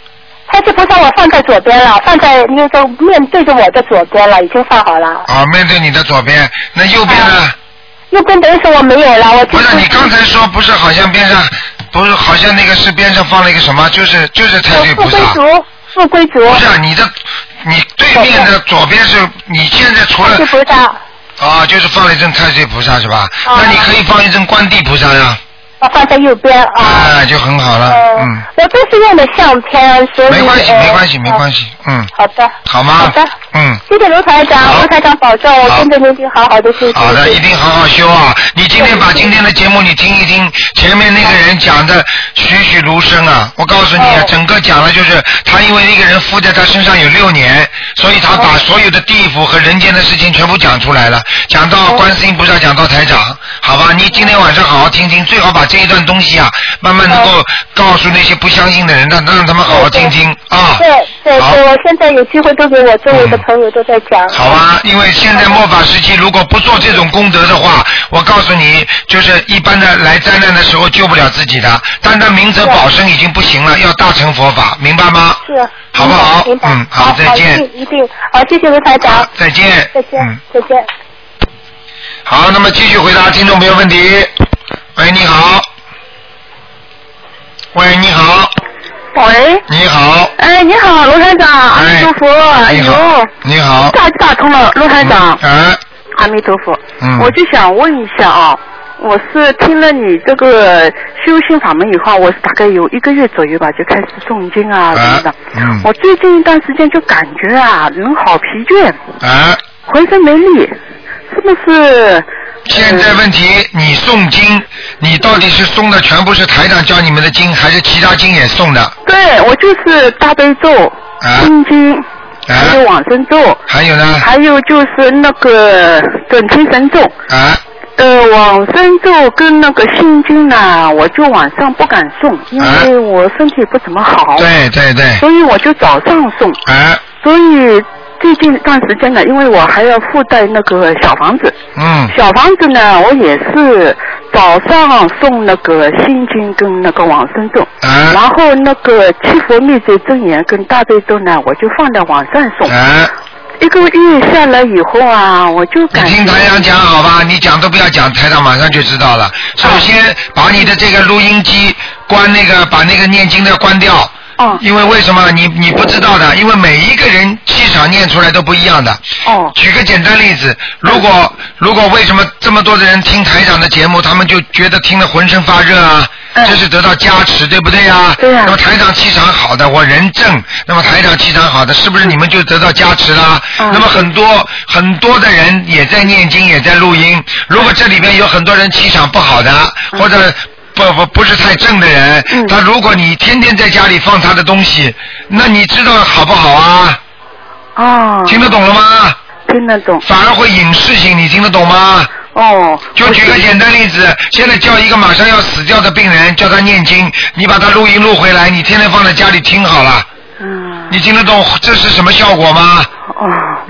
S5: 太岁菩萨我放在左边了，放在那个面对着我的左边了，已经放好了。
S2: 啊，面对你的左边，那右边呢？
S5: 啊右边等于说我没有了，我
S2: 不
S5: 就
S2: 是你刚
S5: 是
S2: 才说不是好像边上，不是好像那个是边上放了一个什么？就是就是太岁
S5: 富
S2: 菩
S5: 贵
S2: 萨。
S5: 竹，富贵竹，
S2: 不是啊你的，你对面的左边是你现在除
S5: 太
S2: 了
S5: 岁菩萨，
S2: 啊，就是放了一尊太岁菩萨是吧？
S5: 啊
S2: 那你可以放一尊观地菩萨呀，
S5: 我放在右边啊。
S2: 哎，就很好了，
S5: 呃
S2: 嗯，
S5: 我都是用的相片，所以
S2: 没关系，
S5: 呃
S2: 没关系，没关系，嗯，
S5: 好的，
S2: 好吗？
S5: 好的
S2: 嗯。
S5: 谢谢卢台长，
S2: 好
S5: 卢台长保重，我
S2: 好
S5: 跟着您去好好的学习。
S2: 好的，一定好好修啊！你今天把今天的节目你听一听，前面那个人讲的栩栩如生啊！我告诉你啊
S5: 哦，
S2: 整个讲了就是他因为一个人附在他身上有六年，所以
S5: 哦
S2: 他把所有的地府和人间的事情全部讲出来了，讲
S5: 哦
S2: 到观世音菩萨，讲到台长，好吧？你今天晚上好好听听，最好把这一段东西啊，慢慢能够告诉那些不相信的人，让让他们好好听听啊。
S5: 哦对对
S2: 好
S5: 对，我现在有机会都给我周围的
S2: 嗯
S5: 朋友都在讲。
S2: 好啊吧，因为现在末法时期，如果不做这种功德的话，我告诉你，就是一般的来灾难的时候救不了自己的。单单明哲保身已经不行了，要大乘佛法，明白吗？
S5: 是，
S2: 好不好
S5: 明白
S2: 嗯
S5: 明白
S2: 好再见
S5: 一定一定，好，谢谢卢台长，
S2: 再见。
S5: 再见，
S2: 嗯，
S5: 再见。
S2: 好，那么继续回答听众朋友问题。喂，你好。喂，你好，
S8: 喂，
S2: 你好，
S8: 哎，你好，罗台长，阿弥陀佛，哎
S2: 你
S8: 呦，
S2: 好，你好。
S8: 打打通了，罗台长，
S2: 哎，
S8: 阿弥陀佛，
S2: 嗯
S8: 我就想问一下啊，我是听了你这个修心法门以后，啊我是大概有一个月左右吧，就开始诵经啊什么的
S2: 哎，，嗯，
S8: 我最近一段时间就感觉啊，人好疲倦，
S6: tá.
S2: 哎。
S8: 浑身没力，是不是？
S2: 现在问题，你诵经，你到底是诵的全部是台长教你们的经，还是其他经也诵的？
S8: 对，我就是大悲咒、
S2: 啊
S8: 心经，还有
S2: 啊，
S8: 往生咒，
S2: 还有呢？
S8: 还有就是那个准提神咒。
S2: 啊，
S8: 呃，往生咒跟那个心经呢，我就晚上不敢诵，因
S2: 啊
S8: 为我身体不怎么好，
S2: 对对对，
S8: 所以我就早上诵。
S2: 啊，
S8: 所以最近一段时间呢，因为我还要附带那个小房子，
S2: 嗯，
S8: 小房子呢，我也是早上诵那个心经跟那个往生咒，然
S2: 啊，
S8: 后那个七佛灭罪真言跟大悲咒呢，我就放在晚上诵。
S2: 啊，
S8: 一个月下来以后啊，我就
S2: 你
S8: 感觉哦
S2: 听台长讲好吧，你讲都不要讲，台长马上就知道了。首先把你的这个录音机关那个，把那个念经的关掉。
S8: 哦
S2: 因为为什么你你不知道的？因为每一个人气场念出来都不一样的。
S8: 哦嗯
S2: 举个简单例子，如果如果为什么这么多的人听台长的节目，他们就觉得听得浑身发热啊？
S8: 嗯
S2: 这是得到加持，对不对啊？
S8: 对啊
S2: 那么台长气场好的，我人正，那么台长气场好的，是不是你们就得到加持啦？
S8: 嗯
S2: 那么很多很多的人也在念经，也在录音。如果这里边有很多人气场不好的，或者。不不不是太正的人，
S8: 啊嗯
S2: 他如果你天天在家里放他的东西，那你知道好不好啊？
S8: 哦，
S2: 听得懂了吗？
S8: 听得懂
S2: 反而会引事情，你听得懂吗？
S8: 哦。
S2: 就举个简单例子，现在叫一个马上要死掉的病人，叫他念经，你把他录音录回来，你天天放在家里听好了，
S8: 嗯，
S2: 你听得懂这是什么效果吗？
S8: 哦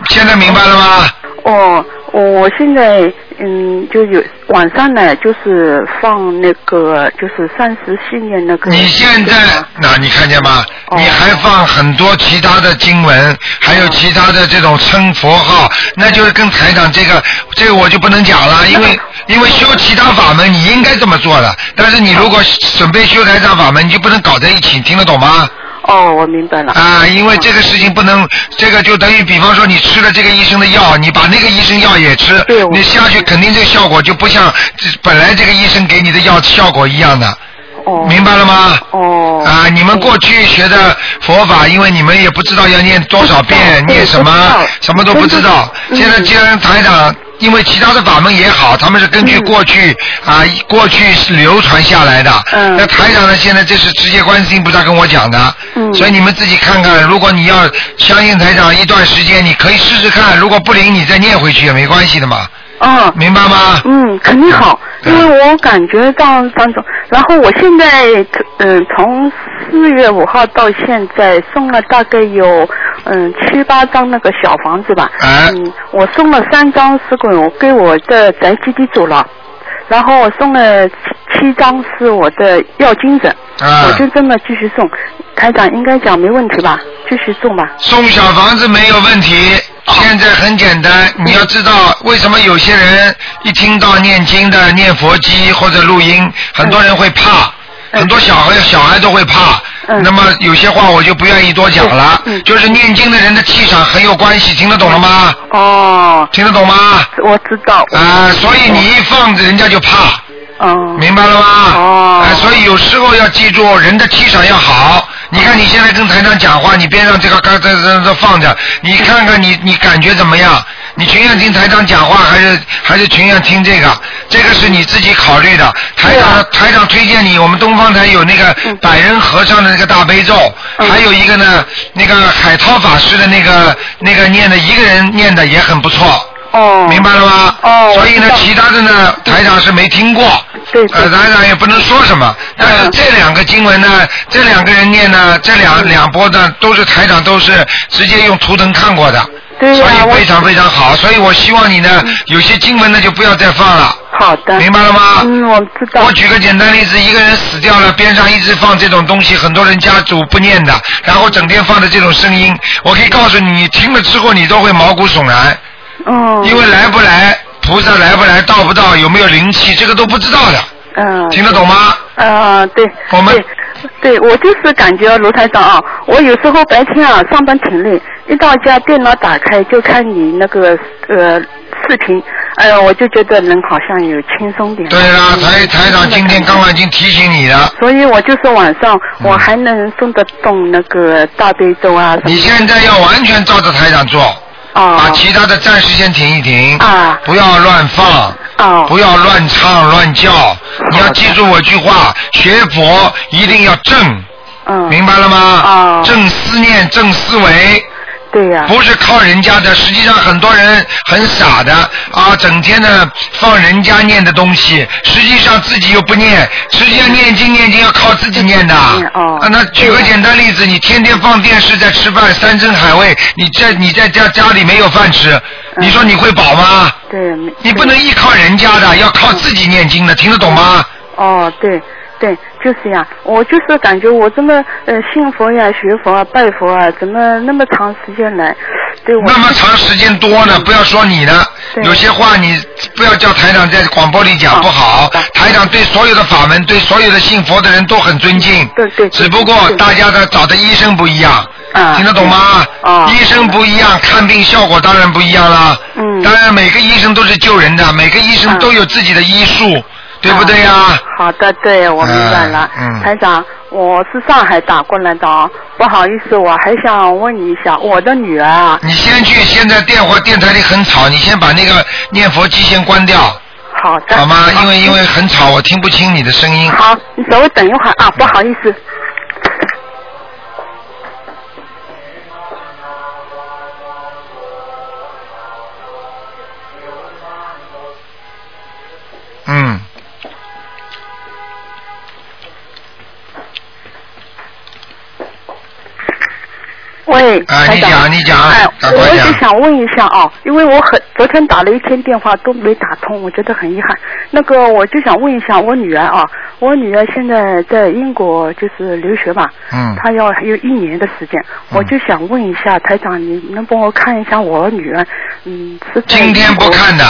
S2: 现在明白了吗？
S8: 哦，我我现在嗯，就有晚上呢，就是放那个，就是三十系列那个。
S2: 你现在，那你看见吗？
S8: 哦
S2: 你还放很多其他的经文，还有其他的这种称佛号，那就是跟台长这个，这个我就不能讲 了，因为因为修其他法门你应该这么做的，但是你如果准备修台长法门，你就不能搞在一起，听得懂吗？
S8: 哦，我明白了。
S2: 啊，因为这个事情不能，这个就等于比方说你吃了这个医生的药，你把那个医生药也吃
S8: 对，我
S2: 你下去肯定这个效果就不像这本来这个医生给你的药效果一样的，
S8: 哦。
S2: 明白了吗？
S8: 哦。
S2: 啊，你们过去学的佛法，因为你们也不知道要念多少遍，
S8: 不知道
S2: 念什
S8: 不知
S2: 么
S8: 道，
S2: 什么都不知道。
S8: 真不知道嗯
S2: 现在既然台长，因为其他的法门也好，他们是根据
S8: 嗯
S2: 过去、啊，过去是流传下来的。
S8: 嗯
S2: 那台长呢，现在这是直接观世音菩萨跟我讲的。
S8: 嗯
S2: 所以你们自己看看，如果你要相信台长一段时间，你可以试试看，如果不灵，你再念回去也没关系的嘛，
S8: 嗯
S2: 明白吗？
S8: 嗯，肯定好。因为我感觉到当中，然后我现在嗯、从四月五号到现在送了大概有嗯七八张那个小房子吧，
S2: 哎
S8: 嗯，我送了三张是给我给我的宅基地主了，然后我送了七七张是我的药精者，
S2: 啊
S8: 我就这么继续送，台长应该讲没问题吧，继续送吧，
S2: 送小房子没有问题。
S8: 哦
S2: 现在很简单，你要知道为什么有些人一听到念经的、念佛机或者录音，很多人会怕，
S8: 嗯
S2: 很多小孩小孩都会怕。那么有些话我就不愿意多讲了，
S8: 嗯
S2: 就是念经的人的气场很有关系，听得懂了吗？
S8: 哦，
S2: 听得懂吗？
S8: 我知道。
S2: 啊、所以你一放，人家就怕。
S8: 哦。
S2: 明白了吗？哦。哎、所以有时候要记住，人的气场要好。你看你现在跟台长讲话，你边上这个刚这这这放着，你看看你你感觉怎么样？你情愿听台长讲话，还是还是情愿听这个？这个是你自己考虑的。台长、台长推荐你，我们东方台有那个百人和尚的那个大悲咒，还有一个呢，那个海涛法师的那个那个念的，一个人念的也很不错。
S8: 哦，
S2: 明白了吗？哦，所以呢，其他的呢，台长是没听过，
S8: 对嗯
S2: 呃，台长也不能说什么。但是这两个经文呢，这两个人念呢，这两两波呢，都是台长都是直接用图腾看过的，
S8: 对
S2: 所
S8: 呀、
S2: 以
S8: 我嗯
S2: 非常非常好。所以我希望你呢，有些经文呢就不要再放了。
S8: 好的，
S2: 明白了吗？
S8: 嗯，我知道。
S2: 我举个简单例子，一个人死掉了，边上一直放这种东西，很多人家族不念的，然后整天放的这种声音，我可以告诉你，你听了之后你都会毛骨悚然。
S8: 哦。
S2: 因为来不来，菩萨来不来，到不到，有没有灵气，这个都不知道的。
S8: 嗯，
S2: 听得懂吗？
S8: 啊，对，
S2: 我们
S8: 对，对我就是感觉卢台长啊，我有时候白天啊上班挺累，一到家电脑打开就看你那个呃视频，哎呀，我就觉得人好像有轻松点。
S2: 对啦，台台长今天刚刚已经提醒你了。嗯
S8: 所以我就是晚上我还能送得动那个大悲咒啊什么的。
S2: 你现在要完全照着台长做，
S8: 啊
S2: 把其他的暂时先停一停，
S8: 啊
S2: 不要乱放，
S8: 哦
S2: 不要乱唱乱叫，你要记住我句话，学佛一定要正，
S8: 嗯，
S2: 明白了吗？
S8: 哦
S2: 正思念，正思维。
S8: 对呀、
S2: 不是靠人家的，实际上很多人很傻的啊，整天呢放人家念的东西，实际上自己又不念，实际上念经念经要靠自己念的。
S8: 哦
S2: 啊，那举个简单例子，你天天放电视在吃饭，山珍海味，你在你在家家里没有饭吃，你说你会饱吗？
S8: 嗯对，
S2: 你不能依靠人家的，要靠自己念经的，听得懂吗？
S8: 哦，对对，就是呀，我就是感觉我这么呃信佛呀、学佛啊、拜佛啊，怎么那么长时间来，对我嗯
S2: 那么长时间多呢，不要说你呢，
S8: 对哦
S2: 有些话你不要叫台长在广播里讲不好。台长对所有的法门，对所有的信佛的人都很尊敬。
S8: 嗯对对对
S2: 只不过
S8: 对
S2: 大家的找的医生不一样，
S8: 啊
S2: 听得懂吗？
S8: 哦
S2: 医生不一样，看病效果当然不一样啦。
S8: 嗯
S2: 当然，每个医生都是救人的，每个医生都有自己的医术，对不对呀、
S8: 好的，啊对，我明白了。
S2: 嗯嗯
S8: 台长，我是上海打过来的哦，不好意思，我还想问你一下，我的女儿啊，
S2: 你先去，现在电话电台里很吵，你先把那个念佛机先关掉，
S8: 好的，
S2: 好吗？因为因为很吵，我听不清你的声音。
S8: 好，你稍微等一会儿啊，
S2: 嗯
S8: 不好意思。
S2: 嗯。
S8: 喂，
S2: 啊
S8: 台
S2: 你
S8: 长
S2: 讲你讲
S8: 哎，
S2: 赶
S8: 我
S2: 快讲
S8: 也想问一下啊，因为我很昨天打了一天电话都没打通，我觉得很遗憾。那个我就想问一下我女儿啊，我女儿现在在英国就是留学嘛，
S2: 嗯
S8: 她要还有一年的时间，我就想问一下台长，你能帮我看一下我女儿，嗯，是在
S2: 今天
S8: 英
S2: 不
S8: 国
S2: 看的，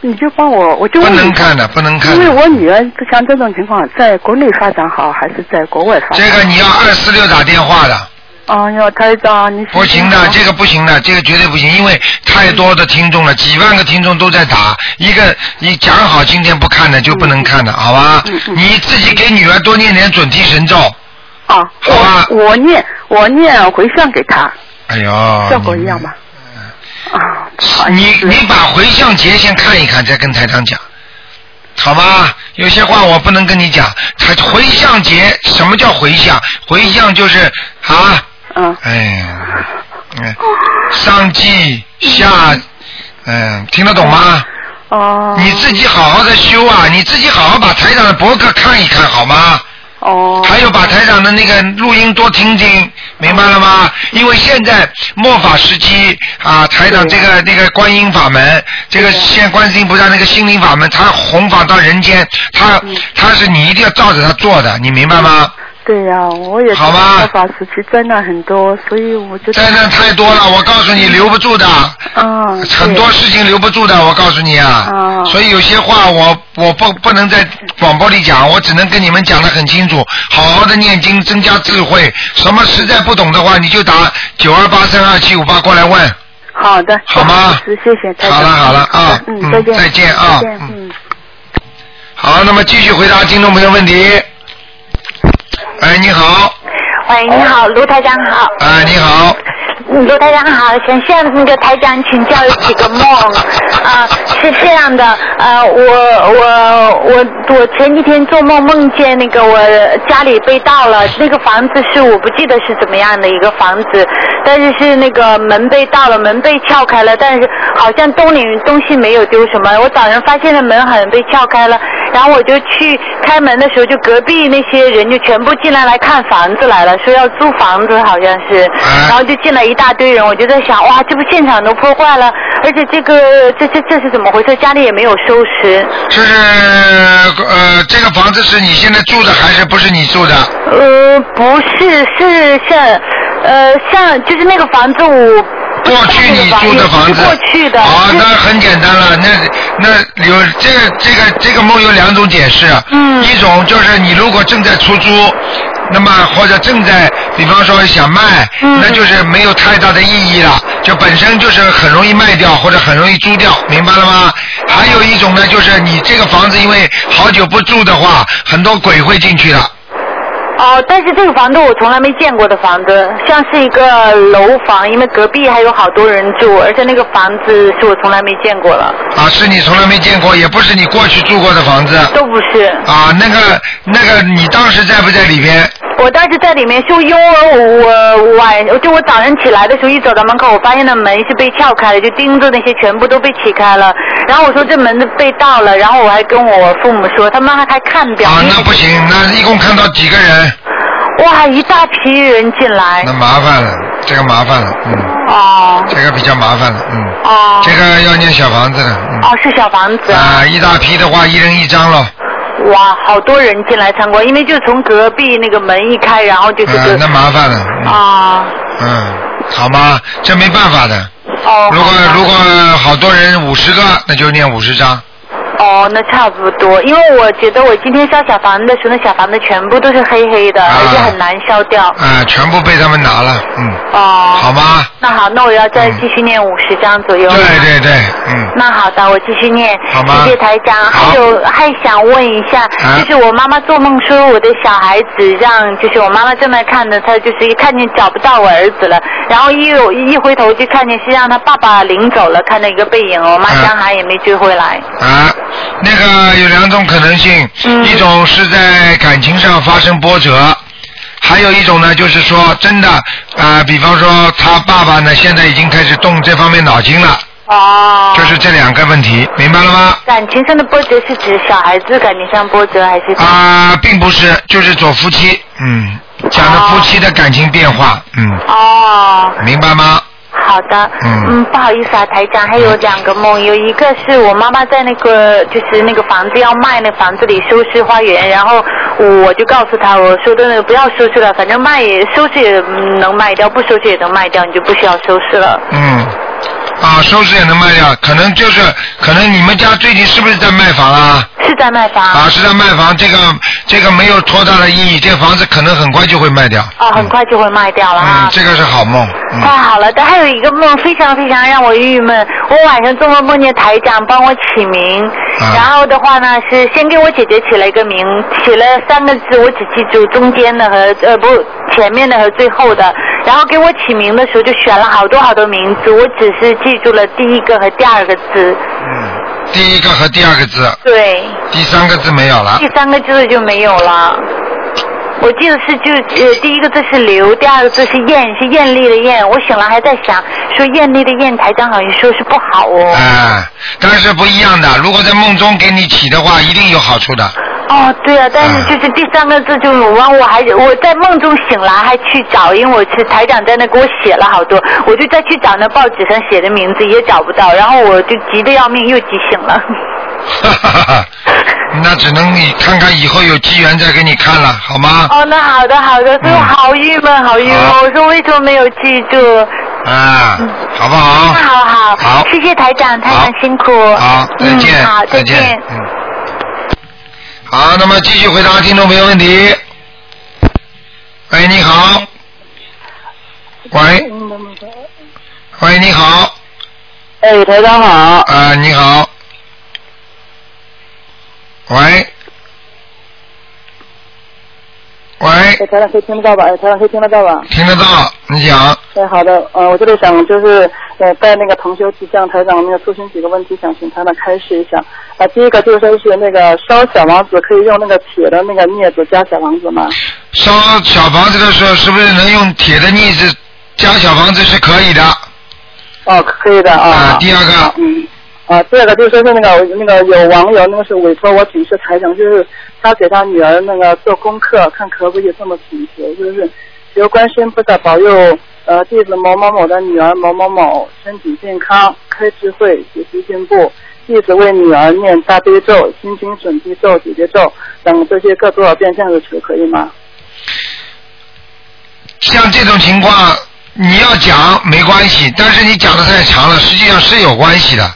S8: 你就帮我，我就
S2: 不
S8: 问
S2: 能
S8: 一下
S2: 看的，不能看
S8: 因为
S2: 的。
S8: 我女儿像这种情况，在国内发展好还是在国外发展
S2: 这
S8: 好？
S2: 个你要二四六打电话的，
S8: 哎呦，台长，你
S2: 不行
S8: 嗯
S2: 的，这个不行的，这个绝对不行，因为太多的听众了，几万个听众都在打，一个你讲好今天不看的就不
S8: 嗯
S2: 能看的，好吧？你自己给女儿多念点准提神咒。
S8: 啊，
S2: 好吧
S8: 我我念我念回向给他，
S2: 哎呦，
S8: 效果一样吗？啊，不好意
S2: 你
S8: 思
S2: 你把回向节先看一看，再跟台长讲，好吗？有些话我不能跟你讲。台回向节，什么叫回向？回向就是啊，
S8: 嗯，
S2: 哎呀，嗯，上气下，嗯，听得懂吗？
S8: 哦
S2: 你自己好好的修啊，你自己好好把台长的博客看一看好吗？
S8: 哦
S2: 还有把台长的那个录音多听听，明白了
S8: 哦
S2: 吗？因为现在末法时期啊，台长这个那个观音法门，这个现观世音菩萨那个心灵法门，它弘法到人间，它
S8: 嗯
S2: 它是你一定要照着它做的，你明白吗？
S8: 对呀、我也
S2: 好吧
S8: 知道法时期灾难很多，所以我就
S2: 灾难太多了，我告诉你留不住的，
S8: 嗯，对
S2: 很多事情留不住的，我告诉你啊。
S8: 嗯哦
S2: 所以有些话我我不不能在广播里讲，我只能跟你们讲的很清楚，好好的念经，增加智慧。什么实在不懂的话，你就打九二八三二七五八过来问。
S8: 好的，
S2: 好吗
S8: 是谢谢台长。
S2: 好了好了啊
S8: 的嗯，
S2: 嗯
S8: 再见，
S2: 再见啊
S8: 再见，嗯。
S2: 好，那么继续回答听众朋友问题。哎，你好，
S9: 喂，哎你好，卢台长好，
S2: 哎，你好，
S9: 嗯卢台长好，想向那个台长请教几 个梦啊、是这样的，呃，我我我我前几天做梦梦见那个我家里被盗了，那个房子是我不记得是怎么样的一个房子，但是是那个门被盗了，门被撬开了，但是好像东里东西没有丢什么，我早上发现了门好像被撬开了，然后我就去开门的时候，就隔壁那些人就全部进来来看房子来了，说要租房子好像是，
S2: 哎
S9: 然后就进来一大堆人，我就在想，哇，这不现场都破坏了，而且这个这这这是怎么回事？家里也没有收拾，
S2: 就是呃，这个房子是你现在住的还是不是你住的？
S9: 呃，不是，是像呃像就是那个房子我。
S2: 过去你住的房子
S9: 过去的，
S2: 啊，那很简单了，那那有这个这个这个梦有两种解释，嗯，一种就是你如果正在出租，那么或者正在，比方说想卖，
S9: 嗯
S2: 那就是没有太大的意义了，就本身就是很容易卖掉或者很容易租掉，明白了吗？还有一种呢，就是你这个房子因为好久不住的话，很多鬼会进去的。
S9: 哦，但是这个房子我从来没见过的房子，像是一个楼房，因为隔壁还有好多人住，而且那个房子是我从来没见过了，
S2: 啊，是你从来没见过，也不是你过去住过的房子。
S9: 都不是。
S2: 啊，那个那个，你当时在不在里边？
S9: 我当时在里面修，因为我我晚就我早上起来的时候，一走到门口，我发现那门是被撬开的，就钉子那些全部都被起开了。然后我说这门子被盗了，然后我还跟我父母说，他们还还看表，
S2: 啊，那不行，那一共看到几个人？
S9: 哇，一大批人进来
S2: 那。麻烦了，这个麻烦了，嗯，
S9: 哦
S2: 这个比较麻烦了，嗯，
S9: 哦
S2: 这个要念小房子了，
S9: 哦，是小房子
S2: 嗯，啊，一大批的话，一人一张喽，
S9: 哇，好多人进来参观，因为就从隔壁那个门一开，然后就是
S2: 嗯，那麻烦了，
S9: 啊，
S2: 嗯，好吗？这没办法的，
S9: 哦，
S2: 如果
S9: 好吧
S2: 如果好多人五十个，那就念五十张，
S9: 哦，那差不多，因为我觉得我今天烧小房子的时候，那小房子全部都是黑黑的，而且很难消掉。
S2: 啊，全部被他们拿了，嗯，
S9: 哦，
S2: 好吗？
S9: 那好，那我要再继续念五十章左右。
S2: 嗯对对对，嗯，
S9: 那好的，我继续念。
S2: 好吗
S9: 谢谢台长。还有，还想问一下，
S2: 啊
S9: 就是我妈妈做梦说我的小孩子让，就是我妈妈正在看着她，就是一看见找不到我儿子了，然后一有一回头就看见是让他爸爸领走了，看到一个背影，我妈
S2: 啊
S9: 想喊也没追回来。
S2: 啊，那个有两种可能性，
S9: 嗯
S2: 一种是在感情上发生波折，还有一种呢，就是说真的，啊、比方说他爸爸呢，现在已经开始动这方面脑筋了，
S9: 哦，
S2: 就是这两个问题，明白了吗？
S9: 感情上的波折是指小孩子感情上波折，还是？
S2: 啊、并不是，就是做夫妻，嗯，讲的夫妻的感情变化，嗯，
S9: 哦，
S2: 明白吗？
S9: 好的，
S2: 嗯
S9: 不好意思啊，台长，还有两个梦，有一个是我妈妈在那个就是那个房子要卖，那房子里收拾花园，然后我就告诉她，我说的那个不要收拾了，反正卖也收拾也嗯能卖掉，不收拾也能卖掉，你就不需要收拾了。
S2: 嗯，啊，收拾也能卖掉，可能就是，可能你们家最近是不是在卖房啊？
S9: 是在卖房？
S2: 啊，是在卖房，这个这个没有多大的意义，这房子可能很快就会卖掉。
S9: 哦，很快就会卖掉了啊
S2: 嗯，。这个是好梦。嗯
S9: 太好了，但还有一个梦非常非常让我郁闷。我晚上做梦梦见台长帮我起名，然后的话呢是先给我姐姐起了一个名，起了三个字，我只记住中间的和呃不前面的和最后的。然后给我起名的时候就选了好多好多名字，我只是记住了第一个和第二个字，
S2: 第一个和第二个字，
S9: 对，
S2: 啊第三个字没有了
S9: 第。三个字就没有了。
S10: 我记得是就呃第一个字是刘，第二个字是艳，是艳丽的艳。我醒了还在想，说艳丽的艳，台长好像说是不好哦。
S2: 啊，但是不一样的。如果在梦中给你起的话，一定有好处的。
S10: 哦，对啊，但是就是第三个字就是鲁湾，我还我在梦中醒来还去找，因为我是台长在那给我写了好多，我就再去找那报纸上写的名字也找不到，然后我就急得要命，又急醒了。
S2: 那只能你看看以后有机缘再给你看了，好吗？
S10: 哦，那好的好的，所以我好郁闷，好郁闷。我说为什么没有记住？
S2: 啊，好不好
S10: 那？好好，好谢谢台长，台长辛苦。
S2: 好，再见
S10: 嗯，好，
S2: 再
S10: 见。
S2: 见。嗯。好，那么继续回答听众朋友问题。喂，你好。喂，喂，你好。
S11: 哎，台长好。
S2: 啊，你好。喂。喂，
S11: 台长可以听得到吧？哎，台长可以听得到吧？
S2: 听得到，你讲。
S11: 哎，好的，呃，我这里想就是呃，带那个同修去向台长那个咨询几个问题，想请台长开示一下。啊、第一个就是说是那个烧小王子可以用那个铁的那个镊子夹小王子吗？
S2: 烧小房子的时候，是不是能用铁的腻子加小房子是可以的？
S11: 哦，可以的啊。
S2: 第二个，
S11: 嗯，啊，第二个就是说是那个那个有网友那个是委托我请示台长，就是他给他女儿那个做功课，看可不可以这么请求，就是求观世音菩萨保佑呃弟子某某某的女儿某某某身体健康，开智慧，学习进步。弟子为女儿念大悲咒、心经准提咒、姐姐咒等这些各多少遍这样子求可以吗？
S2: 像这种情况，你要讲没关系，但是你讲的太长了，实际上是有关系的。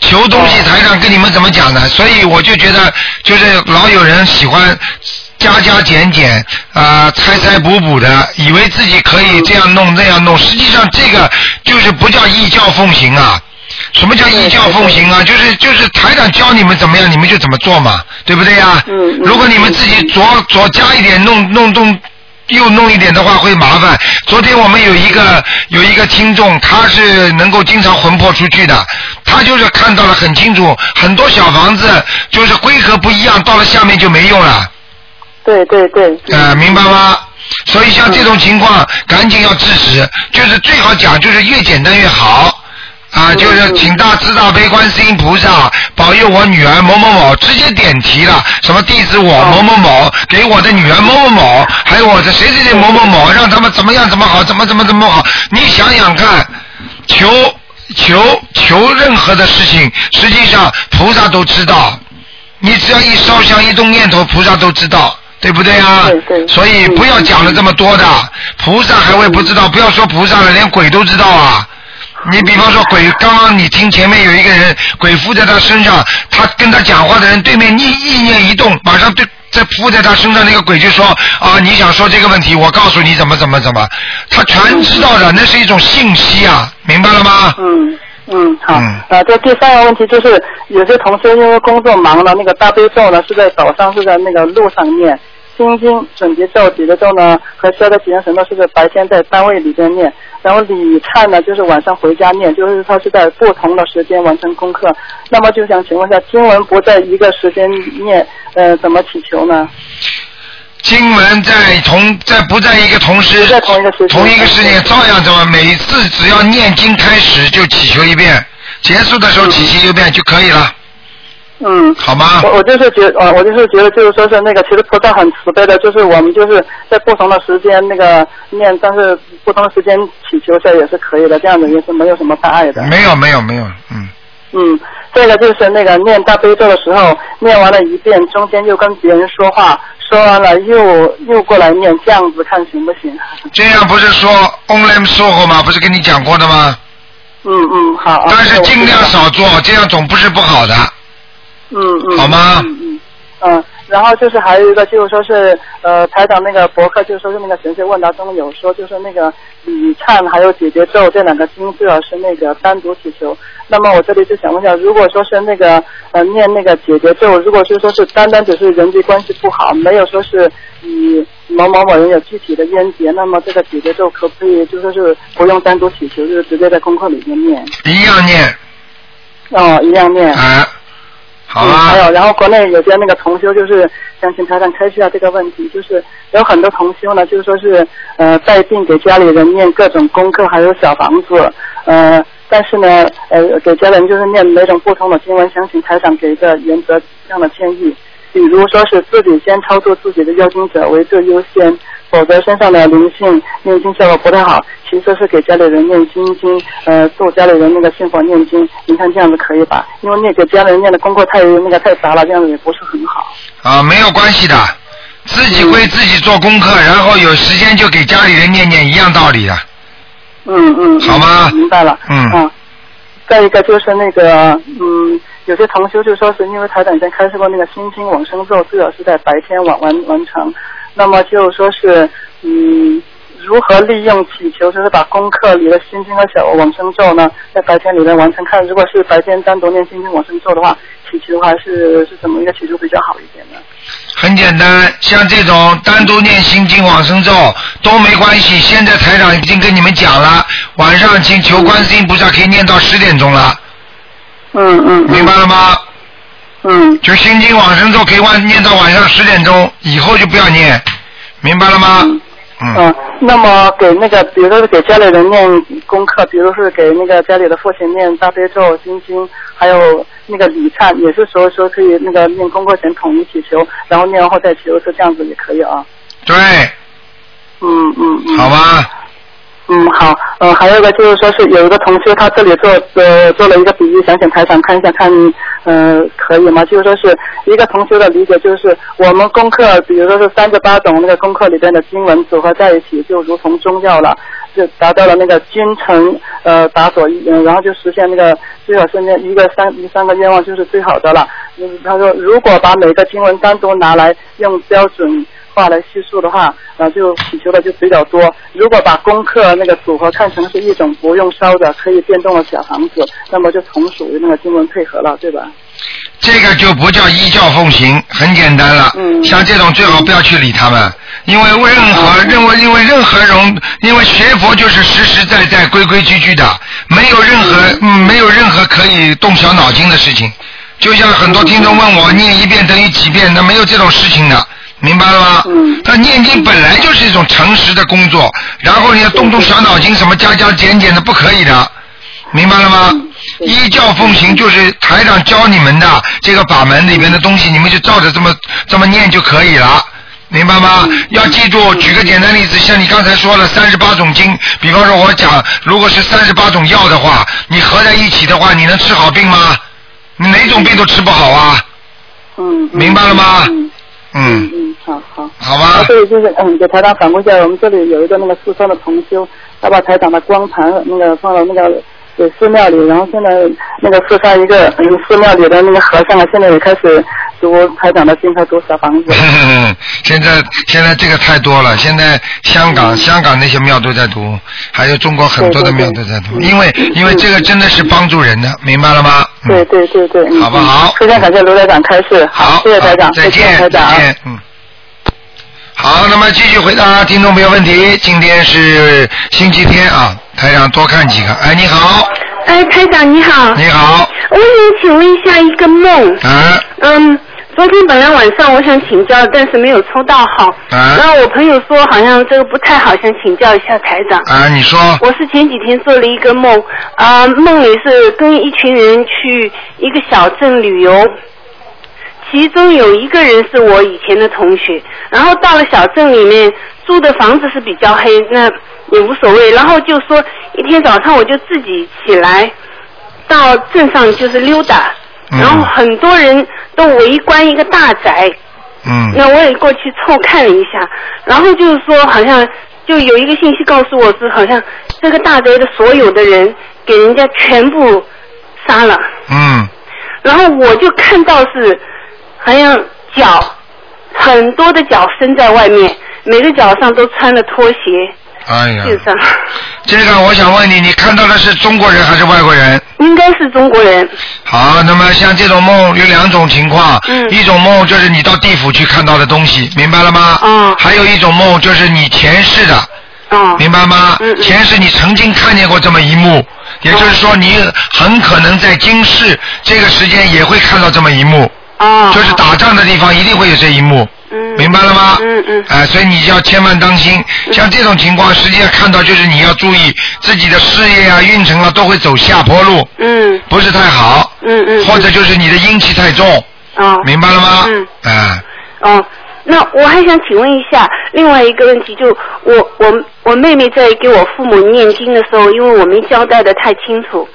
S2: 求东西台上跟你们怎么讲的，所以我就觉得，就是老有人喜欢加加减减啊、猜猜补补的，以为自己可以这样弄那样弄，实际上这个就是不叫异教奉行啊。什么叫依教奉行啊？就是就是台长教你们怎么样，你们就怎么做嘛，对不对呀、
S11: 嗯
S2: 如果你们自己左左加一点，弄弄弄。又弄一点的话会麻烦。昨天我们有一个有一个听众，他是能够经常魂魄出去的，他就是看到了很清楚，很多小房子就是规格不一样，到了下面就没用了。
S11: 对对对。
S2: 呃，明白吗？所以像这种情况，赶紧要制止，就是最好讲，就是越简单越好。啊，就是请大慈大悲观世音菩萨保佑我女儿某某某，直接点题了，什么地址我某某某给我的女儿某某某，还有我的谁谁谁某某某，让他们怎么样怎么好，怎么怎么怎么好。你想想看，求求求任何的事情，实际上菩萨都知道，你只要一烧香一动念头，菩萨都知道。对不对嗯啊？所以不要讲了这么多的，菩萨还会不知道，不要说菩萨了，连鬼都知道啊。你比方说鬼，刚刚你听前面有一个人，鬼附在他身上，他跟他讲话的人对面意意念一动，马上对在附在他身上那个鬼就说啊，你想说这个问题，我告诉你怎么怎么怎么，他全知道的，那是一种信息啊，明白了吗？
S11: 嗯嗯，好。啊，这第三个问题就是，有些同学因为工作忙了，那个大悲咒呢是在早上是在那个路上念，心经、准提咒、解结咒呢和消灾吉祥神咒是在白天在单位里边念，然后礼忏呢就是晚上回家念，就是他是在不同的时间完成功课。那么就想请问一下，经文不在一个时间念，呃，怎么祈求呢？
S2: 经文在同在不在一个同时，同一个时间照样怎么每次只要念经开始就祈求一遍，结束的时候祈求一遍就可以了。
S11: 嗯，
S2: 好吗？
S11: 我我就是觉呃，我就是觉得就是说是那个，其实菩萨很慈悲的，就是我们就是在不同的时间那个念，但是不同的时间祈求一下也是可以的，这样子也是没有什么大碍的。
S2: 没有没有没有，嗯，
S11: 嗯，这个就是那个念大悲咒的时候，念完了一遍，中间又跟别人说话，说完了又又过来念，这样子看行不行？啊
S2: 这样不是说 online 说过吗？不是跟你讲过的吗？
S11: 嗯嗯，好啊。
S2: 但是
S11: 这个我
S2: 尽
S11: 知道
S2: 量少做，这样总不是不好的。
S11: 嗯嗯，
S2: 好吗
S11: 嗯嗯嗯，然后就是还有一个就是说是呃台长那个博客就是说是那个神学问答中有说就是那个礼忏还有解决咒这两个经最好是那个单独祈求。那么我这里就想问一下，如果说是那个呃念那个解决咒，如果是说是单单只是人际关系不好，没有说是与某某某人有具体的冤结，那么这个解决咒可不可以就说是不用单独祈求，就是直接在功课里面念？
S2: 一样念。
S11: 哦，一样念。
S2: 啊，好
S11: 嗯，
S2: 吧
S11: 还有，然后国内有些那个同修就是想请台长开示下这个问题，就是有很多同修呢，就是说是呃带病给家里人念各种功课，还有小房子，呃，但是呢，呃，给家人就是念每种不同的经文，想请台长给一个原则上的建议，比如说是自己先超度自己的要经者为最优先，否则身上的灵性念经效果不太好。其次是给家里人念经经，呃，做家里人那个信佛念经，您看这样子可以吧？因为那个家里人念的功课太那个太杂了，这样子也不是很好。嗯
S2: 啊，没有关系的，自己为自己做功课，然后有时间就给家里人念念，一样道理
S11: 啊
S2: 的。
S11: 嗯嗯，
S2: 好吗
S11: 明白了。
S2: 嗯
S11: 嗯，再一个就是那个，嗯，有些同修就说是因为台长以前开示过那个心经往生咒，最好是在白天完完完成。那么就说是，嗯，如何利用祈求，就是把功课里的心经和小往生咒呢，在白天里面完成。看如果是白天单独念心经往生咒的话，祈求还是是怎么一个祈求比较好一点呢？
S2: 很简单，像这种单独念心经往生咒都没关系。现在台长已经跟你们讲了，晚上请求观世音菩萨可以念到十点钟了。
S11: 嗯嗯，
S2: 明白了吗？
S11: 嗯。
S2: 就心经往生咒可以晚念到晚上十点钟，以后就不要念，明白了吗？
S11: 嗯，那么给那个，比如说是给家里人念功课，比如是给那个家里的父亲念大悲咒、心经，还有那个礼忏，也是说说可以那个念功课前统一祈求，然后念完后再祈求，是这样子也可以啊。
S2: 对，
S11: 嗯嗯嗯。
S2: 好吧。
S11: 嗯，好，呃，还有一个就是说是有一个同学他这里做呃做了一个比喻，想请台长看一下看，呃，可以吗？就是说是一个同学的理解，就是我们功课，比如说是三十八种那个功课里边的经文组合在一起，就如同中药了，就达到了那个君臣呃打所一，嗯，然后就实现那个最好是那一个三一三个愿望就是最好的了。嗯，他说如果把每个经文单独拿来用标准话来叙述的话，呃，就祈求的就比较多。如果把功课那个组合看成是一种不用烧的可以变动的小房子，那么就从属于那个经文配合了，对吧？
S2: 这个就不叫依教奉行，很简单了。像这种最好不要去理他们，因为任何认为因为任何人，因为学佛就是实实在在、规规矩矩的，没有任何、嗯没有任何可以动小脑筋的事情。就像很多听众问我念一遍等于几遍，那没有这种事情的。明白了吗？嗯。那念经本来就是一种诚实的工作，然后你要动动小脑筋，什么加加减减的，不可以的。明白了吗？
S11: 嗯
S2: 依教奉行就是台长教你们的这个法门里面的东西，你们就照着这么这么念就可以了，明白吗？
S11: 嗯
S2: 要记住，举个简单例子，像你刚才说了三十八种经，比方说我讲，如果是三十八种药的话，你合在一起的话，你能治好病吗？你哪种病都治不好啊，
S11: 嗯。嗯
S2: 明白了吗？
S11: 嗯
S2: 嗯。
S11: 嗯，好好。
S2: 好
S11: 吧。啊、对，就是嗯，给台长反馈一下，我们这里有一个那个四川的同修，他把台长的光盘那个放到那个。呃寺庙里，然后现在那个四川一个嗯寺庙里的那个和尚啊，现在也开始读台长的经，他读小房子。
S2: 现在现在这个太多了，现在香
S11: 嗯
S2: 港香港那些庙都在读，还有中国很多的庙都在读，因为
S11: 嗯
S2: 因为这个真的是帮助人的，明白了吗？
S11: 对对对对，嗯
S2: 好不好
S11: 嗯非常感谢卢台长开示，好，谢谢台长，
S2: 啊再
S11: 谢谢
S2: 见，
S11: 台长啊
S2: 再。见，嗯。好，那么继续回答听众朋友问题。今天是星期天啊，台上多看几个。哎，你好，
S12: 哎，台长你好。
S2: 你好。
S12: 我想请问一下一个梦。
S2: 啊。
S12: 嗯，昨天本来晚上我想请教，但是没有抽到好。
S2: 啊
S12: 然后我朋友说好像这个不太好，想请教一下台长。
S2: 啊，你说
S12: 我是前几天做了一个梦，啊、梦里是跟一群人去一个小镇旅游，其中有一个人是我以前的同学，然后到了小镇里面住的房子是比较黑，那也无所谓，然后就说一天早上我就自己起来到镇上就是溜达，
S2: 嗯
S12: 然后很多人都围观一个大宅，
S2: 嗯
S12: 那我也过去凑看了一下，然后就是说好像就有一个信息告诉我是好像这个大宅的所有的人给人家全部杀了，
S2: 嗯
S12: 然后我就看到是好像脚很多的脚伸在外面，每个脚上都穿了拖鞋，
S2: 哎呀，
S12: 地上
S2: 这个我想问你，你看到的是中国人还是外国人？
S12: 应该是中国人。
S2: 好，那么像这种梦有两种情况，
S12: 嗯
S2: 一种梦就是
S12: 哦
S2: 你到地府去看到的东西，明白了吗？还有一种梦就是你前世的，明白吗？前世你曾经看见过这么一幕，也就是说你很可能在今世这个时间也会看到这么一幕。就是打仗的地方一定会有这一幕。明白了吗？哦嗯嗯。哎、所以你要千万当心，像这种情况，实际上看到就是你要注意自己的事业啊、运程啊都会走下坡路。嗯。不是太好。嗯嗯。哦或者就是你的阴气太重。
S12: 啊、
S2: 明白了吗？
S12: 嗯。
S2: 啊、
S12: 哦，那我还想请问一下另外一个问题，就我我我妹妹在给我父母念经的时候，因为我没交代的太清楚，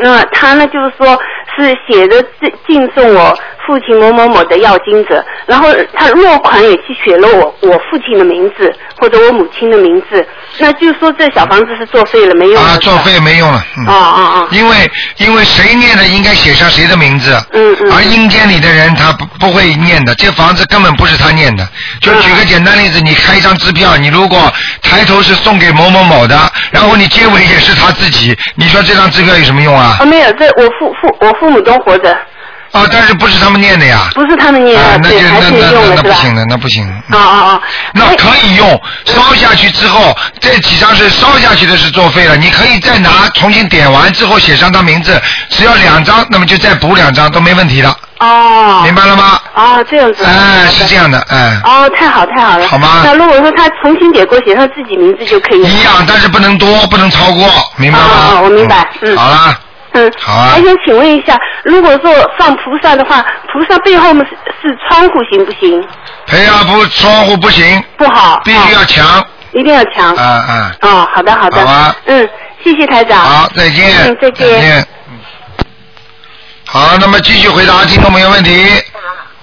S12: 那她呢就是说是写着敬敬送我父亲某某某的要经者，然后她落款也去写了我我父亲的名字或者我母亲的名字，那就说这小房子是作废了没用
S2: 啊，作废没用了。嗯。
S12: 啊啊啊！
S2: 因为因为谁念的应该写上谁的名字，嗯嗯，而阴间里的人他不不会念的，这房子根本不是他念的。就举个简单例子，你开一张支票，你如果抬头是送给某某某的，然后你结尾也是他自己，你说这张支票有什么用啊？
S12: 啊没有，这我父父我父母都活着，
S2: 啊，但是不是他们念的呀？
S12: 不是他们念的，
S2: 啊那
S12: 对，
S2: 就
S12: 哎还
S2: 那
S12: 是
S2: 那
S12: 用
S2: 那
S12: 了
S2: 那
S12: 是
S2: 不
S12: 吧？
S2: 行的，那不行。嗯
S12: 啊啊啊！
S2: 那可以用，烧下去之后，这几张是烧下去的是作废了，你可以再拿重新点完之后写上他名字，只要两张，那么就再补两张都没问题了。
S12: 哦，
S2: 明白了吗？
S12: 哦，这样子。
S2: 哎，是这样的，哎。
S12: 哦，太好太好了。
S2: 好吗
S12: 那如果说他重新给过写上自己名字就可以了。
S2: 一样，但是不能多，不能超过，明白吗？
S12: 啊，我明白，嗯。
S2: 好啦，
S12: 嗯。
S2: 好啊
S12: 还想请问一下，如果说放菩萨的话，菩萨背后是是窗户行不行？
S2: 培养不窗户不行，
S12: 不好。哦
S2: 必须要强。
S12: 一定要强。
S2: 啊啊。
S12: 哦，好的好的。
S2: 好吧
S12: 嗯，谢谢台长。
S2: 好，再见。
S12: 嗯，再见。
S2: 再见。嗯好，那么继续回答听众朋友问题。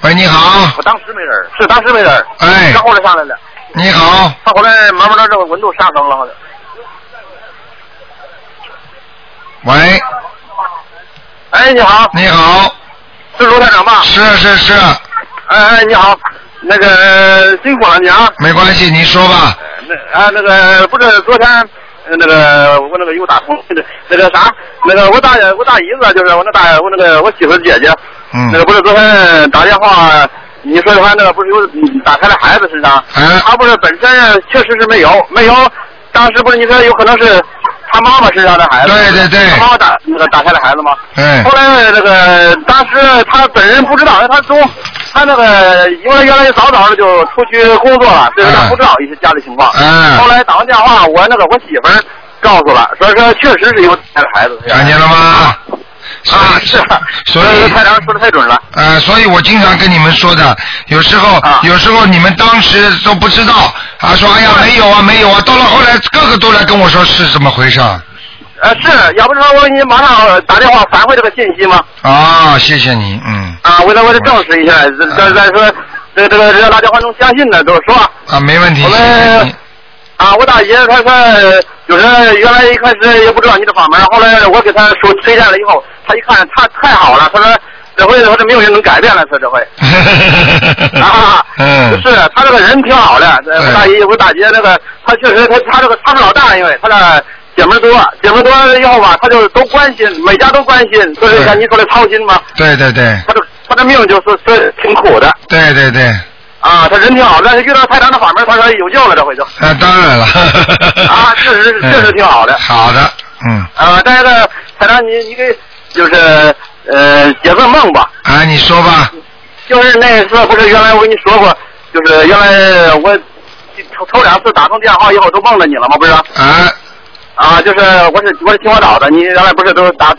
S2: 喂，你好，
S13: 我当时没人儿，是当时没人儿。
S2: 哎
S13: 他后来上来了，
S2: 你好，
S13: 他后来慢慢的这个温度上升了，好像。
S2: 喂，
S13: 哎，你好。
S2: 你好。
S13: 是卢台长吧？
S2: 是是是。
S13: 哎哎，你好，那个辛苦了你啊。
S2: 没关系，您说吧。
S13: 那啊，那个不是昨天，呃那个我那个又打通，那个啥，那个我大爷我大姨子啊就是我那大爷我那个我媳妇儿姐姐，
S2: 嗯
S13: 那个不是昨天打电话，你说的话那个不是有嗯打开了孩子身上，
S2: 哎
S13: 他不是本身啊确实是没有没有，当时不是你说有可能是他妈妈身上的孩子，
S2: 对对对
S13: 他妈妈打那个打开了孩子吗？
S2: 哎
S13: 后来那个当时他本人不知道，他中他那个因为原来早早的就出去工作了，所以说
S2: 哎
S13: 他不知道一些家里情况。
S2: 嗯
S13: 后来打完电话，我那个我媳妇儿告诉了，说说确实是有带着孩子。
S2: 看见了吗？
S13: 啊，是。
S2: 所以
S13: 呃台长说的太准了。
S2: 呃，所以我经常跟你们说的，有时候、
S13: 啊
S2: 有时候你们当时都不知道啊，说哎呀没有啊没有啊，到了后来个个都来跟我说是怎么回事儿
S13: 呃，是要不然我给你马上打电话反馈这个信息吗？
S2: 啊，谢谢你，嗯
S13: 啊，为了为了证实一下，这这再说这个这个这个大家伙能相信的都说。
S2: 啊没问题，
S13: 我
S2: 谢谢
S13: 们
S2: 你，
S13: 啊，我大爷他说，就是原来一开始也不知道你的法门，后来我给他说推荐了以后，他一看他太好了，他说这回他说没有人能改变了，说这回。啊，
S2: 嗯
S13: 是他这个人挺好的，呃我大姨我大姐那个，他确实他他这个他是老大，因为他俩姐妹多，姐妹多了以后吧，他就都关心，每家都关心，所以像你说的操心嘛，
S2: 对对对
S13: 他这他这命就是是挺苦的
S2: 对对对，
S13: 啊，他人挺好的，但是遇到太长的法门，他说有救了，这回就。
S2: 啊当然了，
S13: 啊，确实是确实挺 好的。
S2: 好的，嗯
S13: 啊，但是呢，台长你你给就是呃解个梦吧，
S2: 啊你说吧，
S13: 就是那次不是原来我跟你说过，就是原来我头头两次打通电话以后都梦着你了吗？不是？
S2: 啊
S13: 啊，就是我是我是青花岛的，你原来不是都打，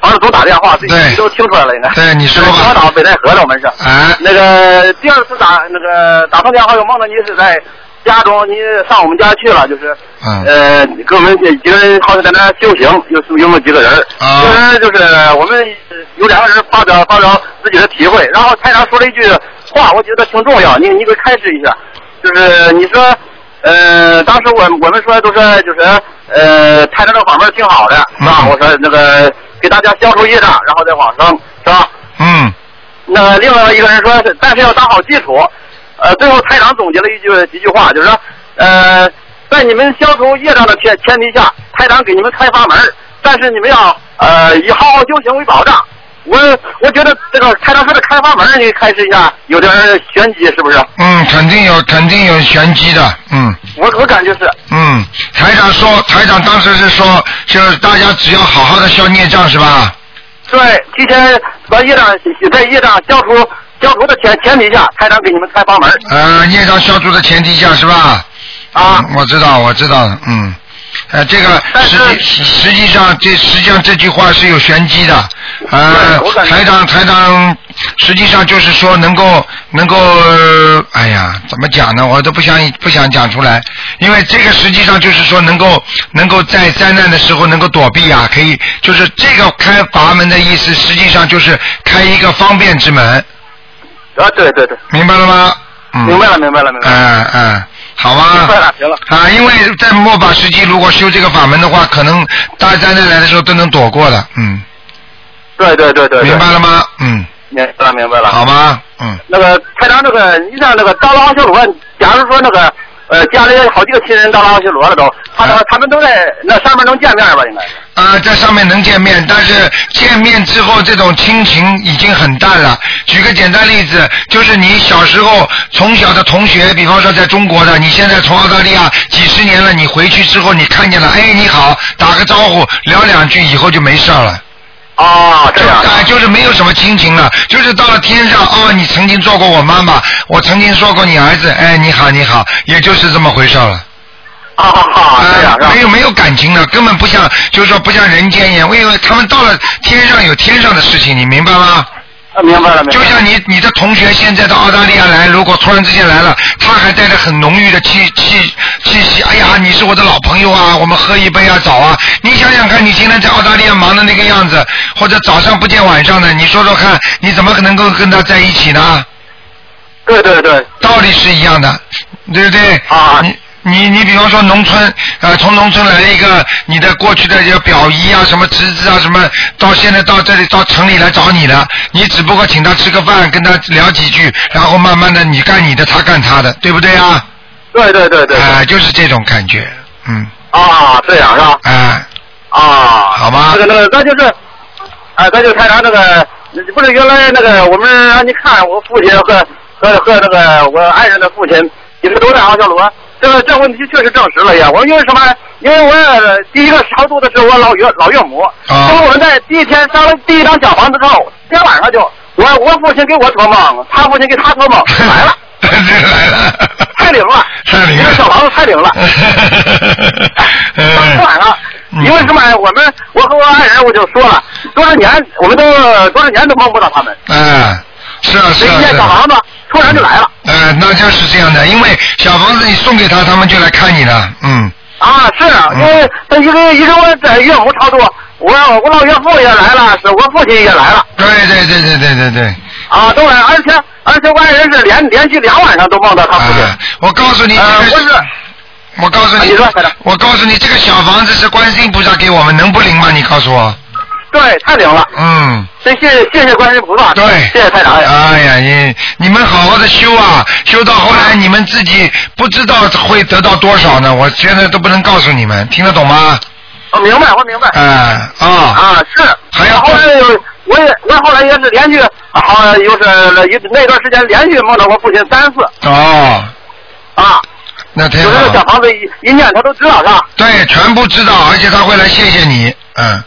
S13: 反正都打电话，对，你都听出来了应该。
S2: 对你说吧
S13: 青花岛北戴河的我们是。
S2: 啊
S13: 那个第二次打那个打通电话，又梦到你是在家中，你上我们家去了，就是。
S2: 嗯
S13: 呃，跟我们几几个人好像在那修行，有有那么几个人儿，
S2: 啊
S13: 就是就是我们有两个人发表发表自己的体会，然后台长说了一句话，我觉得挺重要，你你给开示一下，就是你说，呃，当时我我们说都说就是呃，台长这法门挺好的，是吧？我说那个给大家消除业障，然后再往上，是吧？
S2: 嗯
S13: 那另外一个人说是，但是要打好基础。呃，最后台长总结了一句几句话，就是说，呃，在你们消除业障的前前提下，台长给你们开阀门儿，但是你们要呃以好好修行为保障。我我觉得这个开长说的开发门儿，你开始一下，有点儿玄机，是不是？
S2: 嗯，肯定有，肯定有玄机的，嗯。
S13: 我我感觉是，
S2: 嗯，台长说，台长当时是说，就是大家只要好好的消孽障是吧？
S13: 对，提前把业障在业障消除消除的前前提下，台长给你们开房门儿。
S2: 呃，孽障消除的前提下是吧？嗯
S13: 啊、
S2: 我知道，我知道，嗯，呃，这个实际实实际上这实际上这句话是有玄机的，呃，台长台长实际上就是说能够能够，呃哎呀，怎么讲呢？我都不想不想讲出来，因为这个实际上就是说能够能够在灾难的时候能够躲避啊，可以就是这个开阀门的意思，实际上就是开一个方便之门，
S13: 啊，对对对，
S2: 明白了吗？嗯
S13: 明白了，明白了，明白了。
S2: 嗯嗯，好啊。
S13: 明白了，行了。
S2: 啊，因为在末法时期，如果修这个法门的话，可能大灾难来的时候都能躲过的。嗯，
S13: 对对对对。
S2: 明白了吗？嗯，
S13: 明白了，明白了。
S2: 好吗？嗯，
S13: 那个台长，那个你像那个当拉修罗，假如说那个呃家里好几个亲人当拉修罗了都，他们他们都在那上面能见面吧？应该是。
S2: 啊，在上面能见面，但是见面之后这种亲情已经很淡了。举个简单例子，就是你小时候从小的同学，比方说在中国的，你现在从澳大利亚几十年了，你回去之后你看见了，哎，你好，打个招呼，聊两句以后就没事儿了。
S13: 哦，
S2: 这样。啊，就是没有什么亲情了，就是到了天上，哦，你曾经做过我妈妈，我曾经说过你儿子，哎，你好，你好，也就是这么回事儿了。
S13: 啊啊
S2: 这样没有没有感情了，根本不像，就是说不像人间一样，因为他们到了天上有天上的事情，你明白吗？
S13: 啊，明白了，明白了。
S2: 就像你你的同学现在到澳大利亚来，如果突然之间来了，他还带着很浓郁的气气气息，哎呀，你是我的老朋友啊，我们喝一杯啊，早啊！你想想看，你今天在澳大利亚忙的那个样子，或者早上不见晚上的，你说说看，你怎么可能够跟他在一起呢？
S13: 对对对，
S2: 道理是一样的，对不对？
S13: 啊，
S2: 你你你比方说农村，呃，从农村来一个你的过去的这个表姨啊，什么侄子啊，什么，到现在到这里到城里来找你了，你只不过请他吃个饭，跟他聊几句，然后慢慢的你干你的，他干他的，对不对啊？
S13: 对对对对。
S2: 啊、就是这种感觉，嗯，
S13: 啊，这样是吧？
S2: 啊、
S13: 啊，好
S2: 吧
S13: 这个那个，那就是，啊，那就台长那个，不是原来那个我们让你看我父亲和和和那个我爱人的父亲，你们都在阿修罗。啊这个这问题确实证实了呀！我因为什么？因为我呃第一个超度的是我老岳老岳母，
S2: 啊
S13: 因为我们在第一天烧了第一张小房子之后，今天晚上就我我父亲给我托梦，他父亲给他托梦，来了，来了，太灵了，
S2: 太灵
S13: 了，这个小房子太灵了。当天晚上，嗯因为什么？我们我和我爱人我就说了，多少年我们都多少年都梦不到他们，
S2: 嗯，是啊，是
S13: 所以
S2: 啊，
S13: 那
S2: 是
S13: 小
S2: 啊。
S13: 房子突然就来了
S2: 呃，那就是这样的，因为小房子你送给他，他们就来看你了，嗯，
S13: 啊！是啊因为他一个一个我在岳母超度，我我老岳父也来了，是我父亲也来了。
S2: 对对对对对对对。
S13: 啊，都来，而且而且我爱人是连连续两晚上都梦到他父亲。
S2: 我告诉你，这
S13: 呃
S2: 个、
S13: 不是
S2: 啊我告诉
S13: 啊
S2: 你，我告诉你，这个小房子是观世音菩萨给我们，能不灵吗？你告诉我。
S13: 对，太灵了。
S2: 嗯。
S13: 所以谢谢谢谢观世音菩萨，
S2: 对，
S13: 谢谢太长。
S2: 哎呀，你你们好好的修啊，修到后来你们自己不知道会得到多少呢，我现在都不能告诉你们，听得懂吗？
S13: 我明白，我明白。
S2: 哎、啊、
S13: 啊，是。还有后来有，我也我后来也是连续，好、啊、又是一那段时间连续梦到我父亲三次
S2: 哦，
S13: 啊，
S2: 那
S13: 有
S2: 太
S13: 这
S2: 好
S13: 个小
S2: 了。
S13: 房子一一念他都知道是吧？
S2: 对，全部知道，而且他会来谢谢你，嗯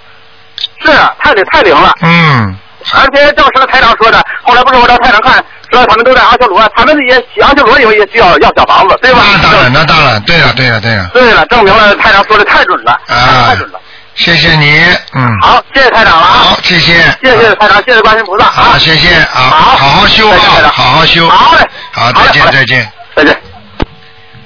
S13: 是啊太灵太灵了，
S2: 嗯，
S13: 而且照实台长说的，后来不是我找台长看，说他们都在阿修罗，啊他们也需阿修罗也也需要要小房子，对吧？
S2: 那当然，那当然，对了对了对了，
S13: 啊对了，证明了台长说的太准了，
S2: 啊
S13: 太准了。
S2: 谢谢你，嗯，
S13: 好，谢谢台长了啊！
S2: 好，谢谢，
S13: 谢谢台长，谢谢观世音菩萨
S2: 好，
S13: 啊！
S2: 谢谢啊，
S13: 好
S2: 好好修啊
S13: 再见台，长
S2: 好好修，
S13: 好嘞，
S2: 好，再见，再见。
S13: 再见。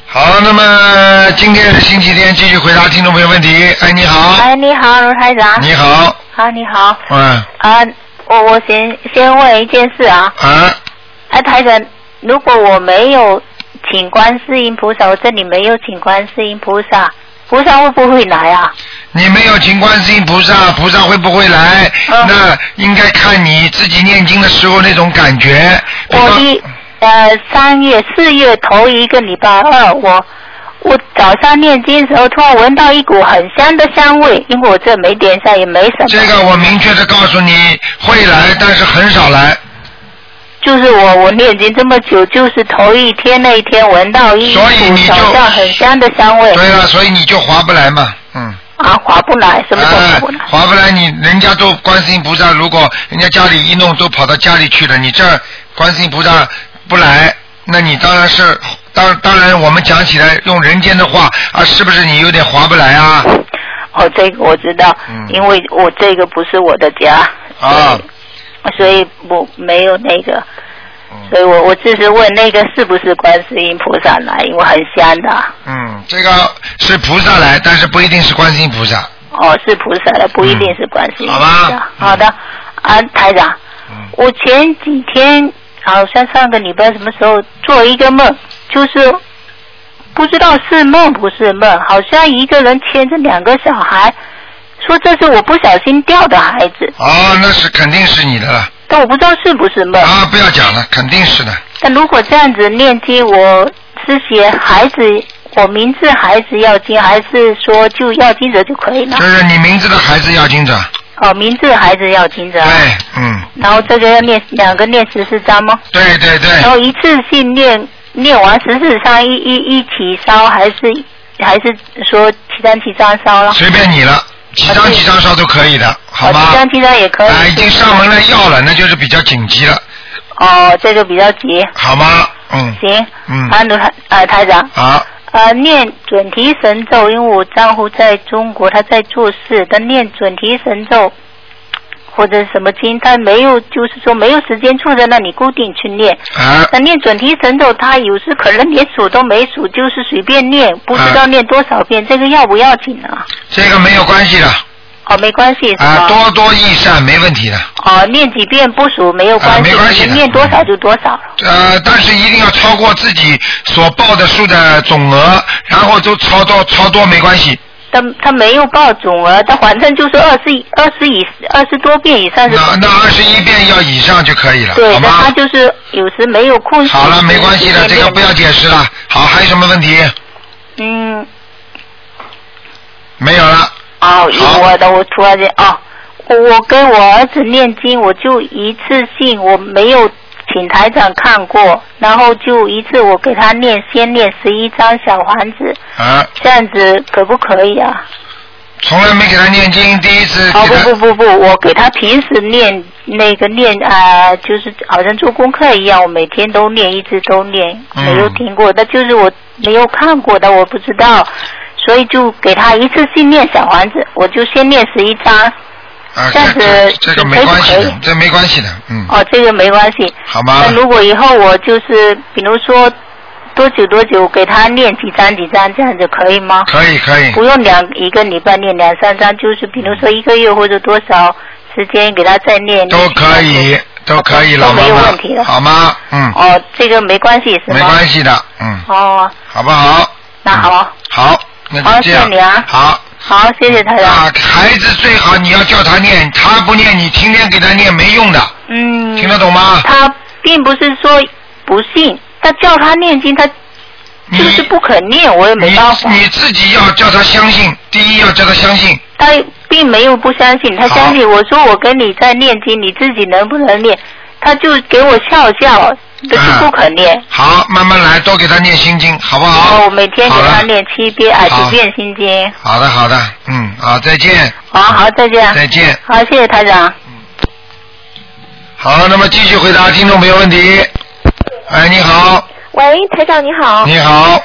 S2: 好，那么今天是星期天，继续回答听众朋友问题。哎，你好，
S10: 哎，你好，卢台长。
S2: 你。好，
S10: 好，你好。
S2: 嗯，
S10: 啊，我我先先问一件事啊。
S2: 啊，
S10: 哎，台长，如果我没有请观世音菩萨，我这里没有请观世音菩萨，菩萨会不会来啊？
S2: 你没有请观世音菩萨，菩萨会不会来？
S13: 嗯
S2: 那应该看你自己念经的时候那种感觉。比
S10: 我
S2: 方
S10: 一呃三月四月头一个礼拜二，我我早上念经的时候，突然闻到一股很香的香味，因为我这没点香，也没什么。
S2: 这个我明确的告诉你会来，但是很少来。
S10: 就是我我念经这么久，就是头一天那一天闻到一股早上很香的香味。
S2: 对了，所以你就划不来嘛，嗯。
S10: 啊，划不来，什么都划不来。
S2: 哎划不来你，人家做观世音菩萨，如果人家家里一弄都跑到家里去了，你这儿观世音菩萨不来，那你当然是当当然我们讲起来用人间的话啊，是不是你有点划不来啊？嗯
S10: 哦，这个我知道，因为我这个不是我的家，
S2: 啊，
S10: 所以我没有那个，
S2: 嗯
S10: 所以我我只是问那个是不是观世音菩萨来，因为很香的。
S2: 嗯，这个是菩萨来，但是不一定是观世音菩萨。
S10: 哦，是菩萨的，不一定是观世音菩萨。
S2: 嗯
S10: 好的，啊，台长，我前几天好像上个礼拜什么时候做一个梦，就是不知道是梦不是梦，好像一个人牵着两个小孩，说这是我不小心掉的孩子，
S2: 哦，那是肯定是你的了
S10: 但我不知道是不是梦。
S2: 啊！不要讲了，肯定是的。
S10: 但如果这样子念经，我是写孩子，我明知孩子要经，还是说就要经者就可以了？
S2: 就是你名字的孩子要经者，
S10: 哦，明知孩子要经者。啊
S2: 对，嗯，
S10: 然后这个要念两个念十四章吗？
S2: 对对对。
S10: 然后一次性念念完十四章一一一起烧，还是还是说七章七章烧了？哦
S2: 随便你了，几张几张烧都可以的，好吗？
S10: 七章七章也可以。
S2: 啊，已经上门来要了，那就是比较紧急了，
S10: 哦，这个比较急。
S2: 好吗？嗯
S10: 行，
S2: 嗯，
S10: 啊，卢台呃台长，
S2: 好，
S10: 呃，念准提神咒，因为我丈夫在中国，他在做事，他念准提神咒或者什么经，他没有，就是说没有时间坐在那里固定去念。
S2: 啊。
S10: 那念准提神咒，他有时可能连数都没数，就是随便念，不知道念多少遍，这个要不要紧啊？
S2: 这个没有关系的，
S10: 哦，没关系是吧？
S2: 啊，多多益善没问题的，
S10: 哦，念几遍不数没有关系，
S2: 啊没关系的
S10: 念多少就多少了。
S2: 呃，但是一定要超过自己所报的数的总额，然后都超多超多没关系，
S10: 他他没有报总额，他反正就是二十以二十以二十多遍以上是。
S2: 那那二十一遍要以上就可以了，
S10: 对，
S2: 好
S10: 那他
S2: 吗？
S10: 就是有时没有空。
S2: 好了，没关系的，这个不要解释了。好，还有什么问题？
S10: 嗯，
S2: 没有了。
S10: 哦，我的，我突然间哦，我给我儿子念经，我就一次性我没有请台长看过，然后就一次我给他念，先念十一张小房子，
S2: 啊，
S10: 这样子可不可以啊？
S2: 从来没给他念经，第一次
S10: 哦
S2: 给他
S10: 不不不不，我给他平时念那个念啊、呃就是好像做功课一样，我每天都念，一直都念，
S2: 嗯
S10: 没有停过。那、就是我没有看过的，我不知道，所以就给他一次性念小房子，我就先念十一章。
S2: 啊，
S10: 这样
S2: 这
S10: 子
S2: 这个没关系
S10: 可以不
S2: 的
S10: 可，
S2: 这没关系的，嗯，
S10: 哦，这个没关系。
S2: 好吗
S10: 那？如果以后我就是比如说多久多久给他念几章几章这样子可以吗？
S2: 可以可以，
S10: 不用两一个礼拜念两三张，就是比如说一个月或者多少时间给他再念。
S2: 都可以都可以，老
S10: 都
S2: 妈
S10: 没有问题
S2: 妈，
S10: 了
S2: 好吗？嗯，
S10: 哦，这个没关系是吗？
S2: 没关系的，嗯，
S10: 哦，
S2: 好不好？嗯
S10: 那好，
S2: 好，那
S10: 好
S2: 就这样
S10: 谢谢你啊，
S2: 好。
S10: 好，谢谢台
S2: 啊
S10: 长。，
S2: 孩子最好你要叫他念，他不念，你天天给他念没用的，
S10: 嗯。
S2: 听得懂吗？
S10: 他并不是说不信，他叫他念经，他就是不肯念，我也没办法
S2: 你。你自己要叫他相信，第一要叫他相信，
S10: 他并没有不相信，他相信我说我跟你在念经，你自己能不能念？他就给我笑笑，他
S2: 啊
S10: 就不肯念。
S2: 好，慢慢来，多给他念心经，好不
S10: 然
S2: 好？
S10: 后我每天给
S2: 好
S10: 他
S2: 了
S10: 念七遍啊
S2: 好
S10: 九遍心经。
S2: 好的，好的，嗯，好，再见。
S10: 好好，再见。
S2: 再见
S10: 好，谢谢台长。
S2: 好，那么继续回答听众朋友问题。哎，你好，
S14: 喂，台长你好。
S2: 你。好，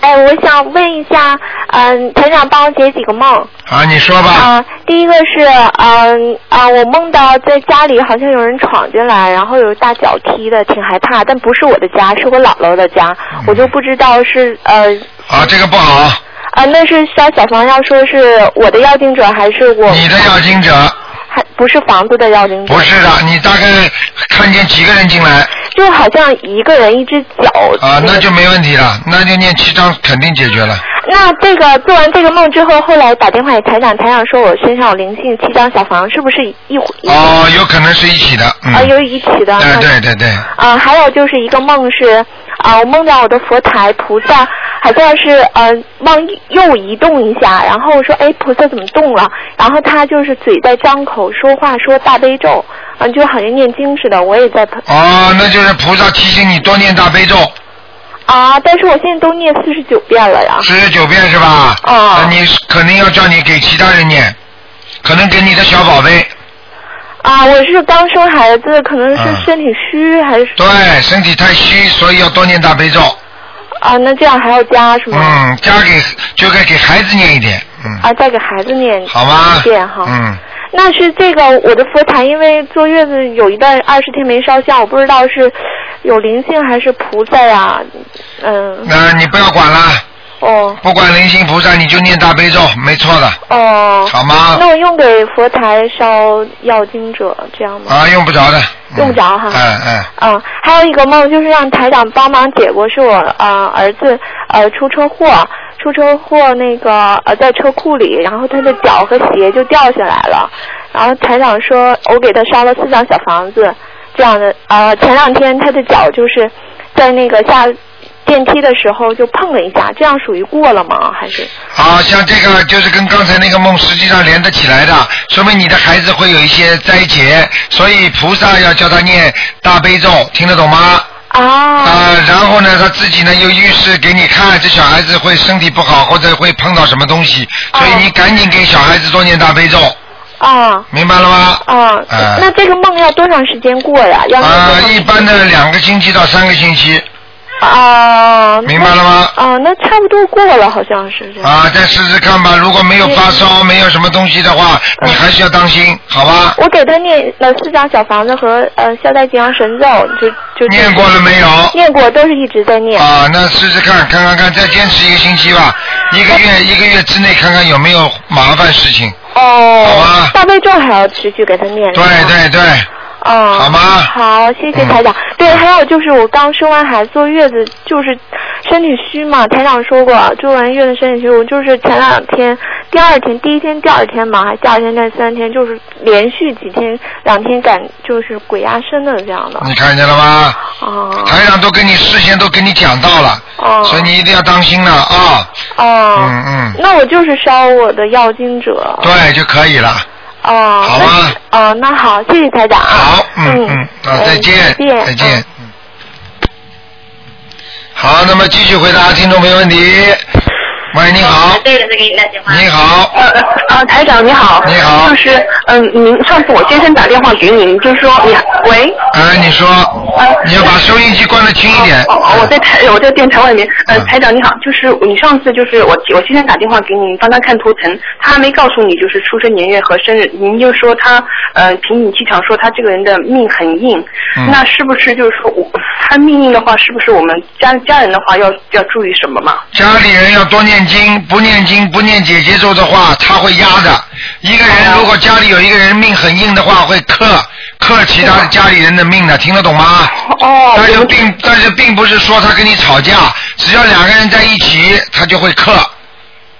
S14: 哎，我想问一下，嗯、台长帮我解几个梦。
S2: 啊，你说吧。
S14: 啊、第一个是，嗯、啊、我梦到在家里好像有人闯进来，然后有大脚踢的，挺害怕，但不是我的家，是我姥姥的家，我就不知道是呃。
S2: 嗯啊，这个不好。啊、
S14: 那是烧小房要说是我的要经者还是我？
S2: 你的要经者
S14: 还不是房子的要经者。
S2: 不是的，你大概看见几个人进来
S14: 就好像一个人一只脚。
S2: 啊，那就没问题了，那就念七章肯定解决了。
S14: 那这个做完这个梦之后，后来打电话给台长，台长说我身上有灵性，七张小房是不是一伙、
S2: 哦，有可能是一起的，嗯，
S14: 啊有一起的？
S2: 对对对对，
S14: 啊、还有就是一个梦是啊、我梦到我的佛台菩萨好像是呃往右移动一下，然后我说哎菩萨怎么动了？然后他就是嘴在张口说话说大悲咒，嗯、就好像念经似的，我也在
S2: 哦，那就是菩萨提醒你多念大悲咒，
S14: 啊，但是我现在都念四十九遍了呀。
S2: 四十九遍是吧？哦。那你肯定要叫你给其他人念，可能给你的小宝贝，
S14: 啊，我是刚生孩子，可能是身体虚还是
S2: 嗯对，哎身体太虚，所以要多念大悲咒。
S14: 啊？那这样还要加是吗？
S2: 嗯，加给就该给孩子念一点，嗯，
S14: 啊，再给孩子念
S2: 好吗？
S14: 一遍哈。
S2: 嗯，
S14: 那是这个我的佛台，因为坐月子有一段二十天没烧香，我不知道是有灵性还是菩萨呀、嗯，
S2: 那你不要管了，
S14: 哦
S2: 不管灵性菩萨，你就念大悲咒，没错的。
S14: 哦。
S2: 好吗
S14: 那我用给佛台烧要经者这样吗？
S2: 啊，用不着的，
S14: 用不着哈。
S2: 嗯嗯，
S14: 嗯，还有一个梦就是让台长帮忙解过，是我呃儿子呃出车祸，出车祸那个呃在车库里，然后他的脚和鞋就掉下来了，然后台长说我给他烧了四张小房子，这样的呃前两天他的脚就是在那个下电梯的时候就碰了一下，这样属于过了吗？还是
S2: 好像这个就是跟刚才那个梦实际上连得起来的，说明你的孩子会有一些灾劫，所以菩萨要教他念大悲咒，听得懂吗？
S14: 啊。
S2: 啊，然后呢，他自己呢又预示给你看，这小孩子会身体不好或者会碰到什么东西，
S14: 哦
S2: 所以你赶紧给小孩子多念大悲咒。
S14: 啊？
S2: 明白了吗？
S14: 啊、
S2: 哎
S14: 那这个梦要多长时间过呀？要念多
S2: 啊
S14: 长，
S2: 一般的两个星期到三个星期。
S14: 啊、
S2: 明白了吗？
S14: 啊、那差不多过了，好像是这样。
S2: 啊，再试试看吧。如果没有发烧，没有什么东西的话，
S14: 嗯
S2: 你还是要当心，好吧？
S14: 我给他念了四张小房子和呃消灾吉祥神咒，就就
S2: 念过了没有
S14: 念过，都是一直在念。
S2: 啊，那试试看，看看看，再坚持一个星期吧，一个月一个月之内看看有没有麻烦事情。
S14: 哦，大悲咒还要持续给他念。
S2: 对对对，
S14: 嗯，
S2: 好吗嗯
S14: 好，谢谢台长。对，还有就是我刚生完孩子坐月子，就是身体虚嘛。台长说过，坐完月子身体虚，我就是前两天、第二天、第一天、第二天嘛，还第二天、第三天，就是连续几天、两天感就是鬼压身的这样的。
S2: 你看见了吗？
S14: 哦
S2: 台长都跟你事先都跟你讲到了，
S14: 哦
S2: 所以你一定要当心了啊。
S14: 哦。
S2: 嗯嗯，
S14: 那我就是烧我的要经者。
S2: 对就可以了。
S14: 哦，好啊。哦，那好，谢谢台长。啊好，
S2: 嗯嗯，啊，
S15: 哎
S2: 再见
S14: 再，见
S2: 再见。嗯好，那么继续回答听众朋友问题。喂，你好。
S15: 哦对了，再给你打电话。
S2: 你好。
S15: 呃呃，台长你好。你好。就是嗯、您上次我先生打电话给您，就是说你喂。
S2: 哎，你说。你要把收音机关的轻一点。
S15: 呃哦哦，我在台，我在电台外面。呃，
S2: 嗯
S15: 台长你好，就是你上次就是我我先生打电话给你，帮他看图腾，他还没告诉你就是出生年月和生日，您就说他呃凭你气场说他这个人的命很硬，
S16: 嗯
S15: 那是不是就是说我他命硬的话，是不是我们家家人的话要要注意什么嘛？
S2: 家里人要多念经，不念经不念姐姐咒的话，他会压的。一个人如果家里有一个人命很硬的话，会克克其他家里人的命的，听得懂吗？
S15: 哦。
S2: 但是并但是并不是说他跟你吵架，只要两个人在一起，他就会克。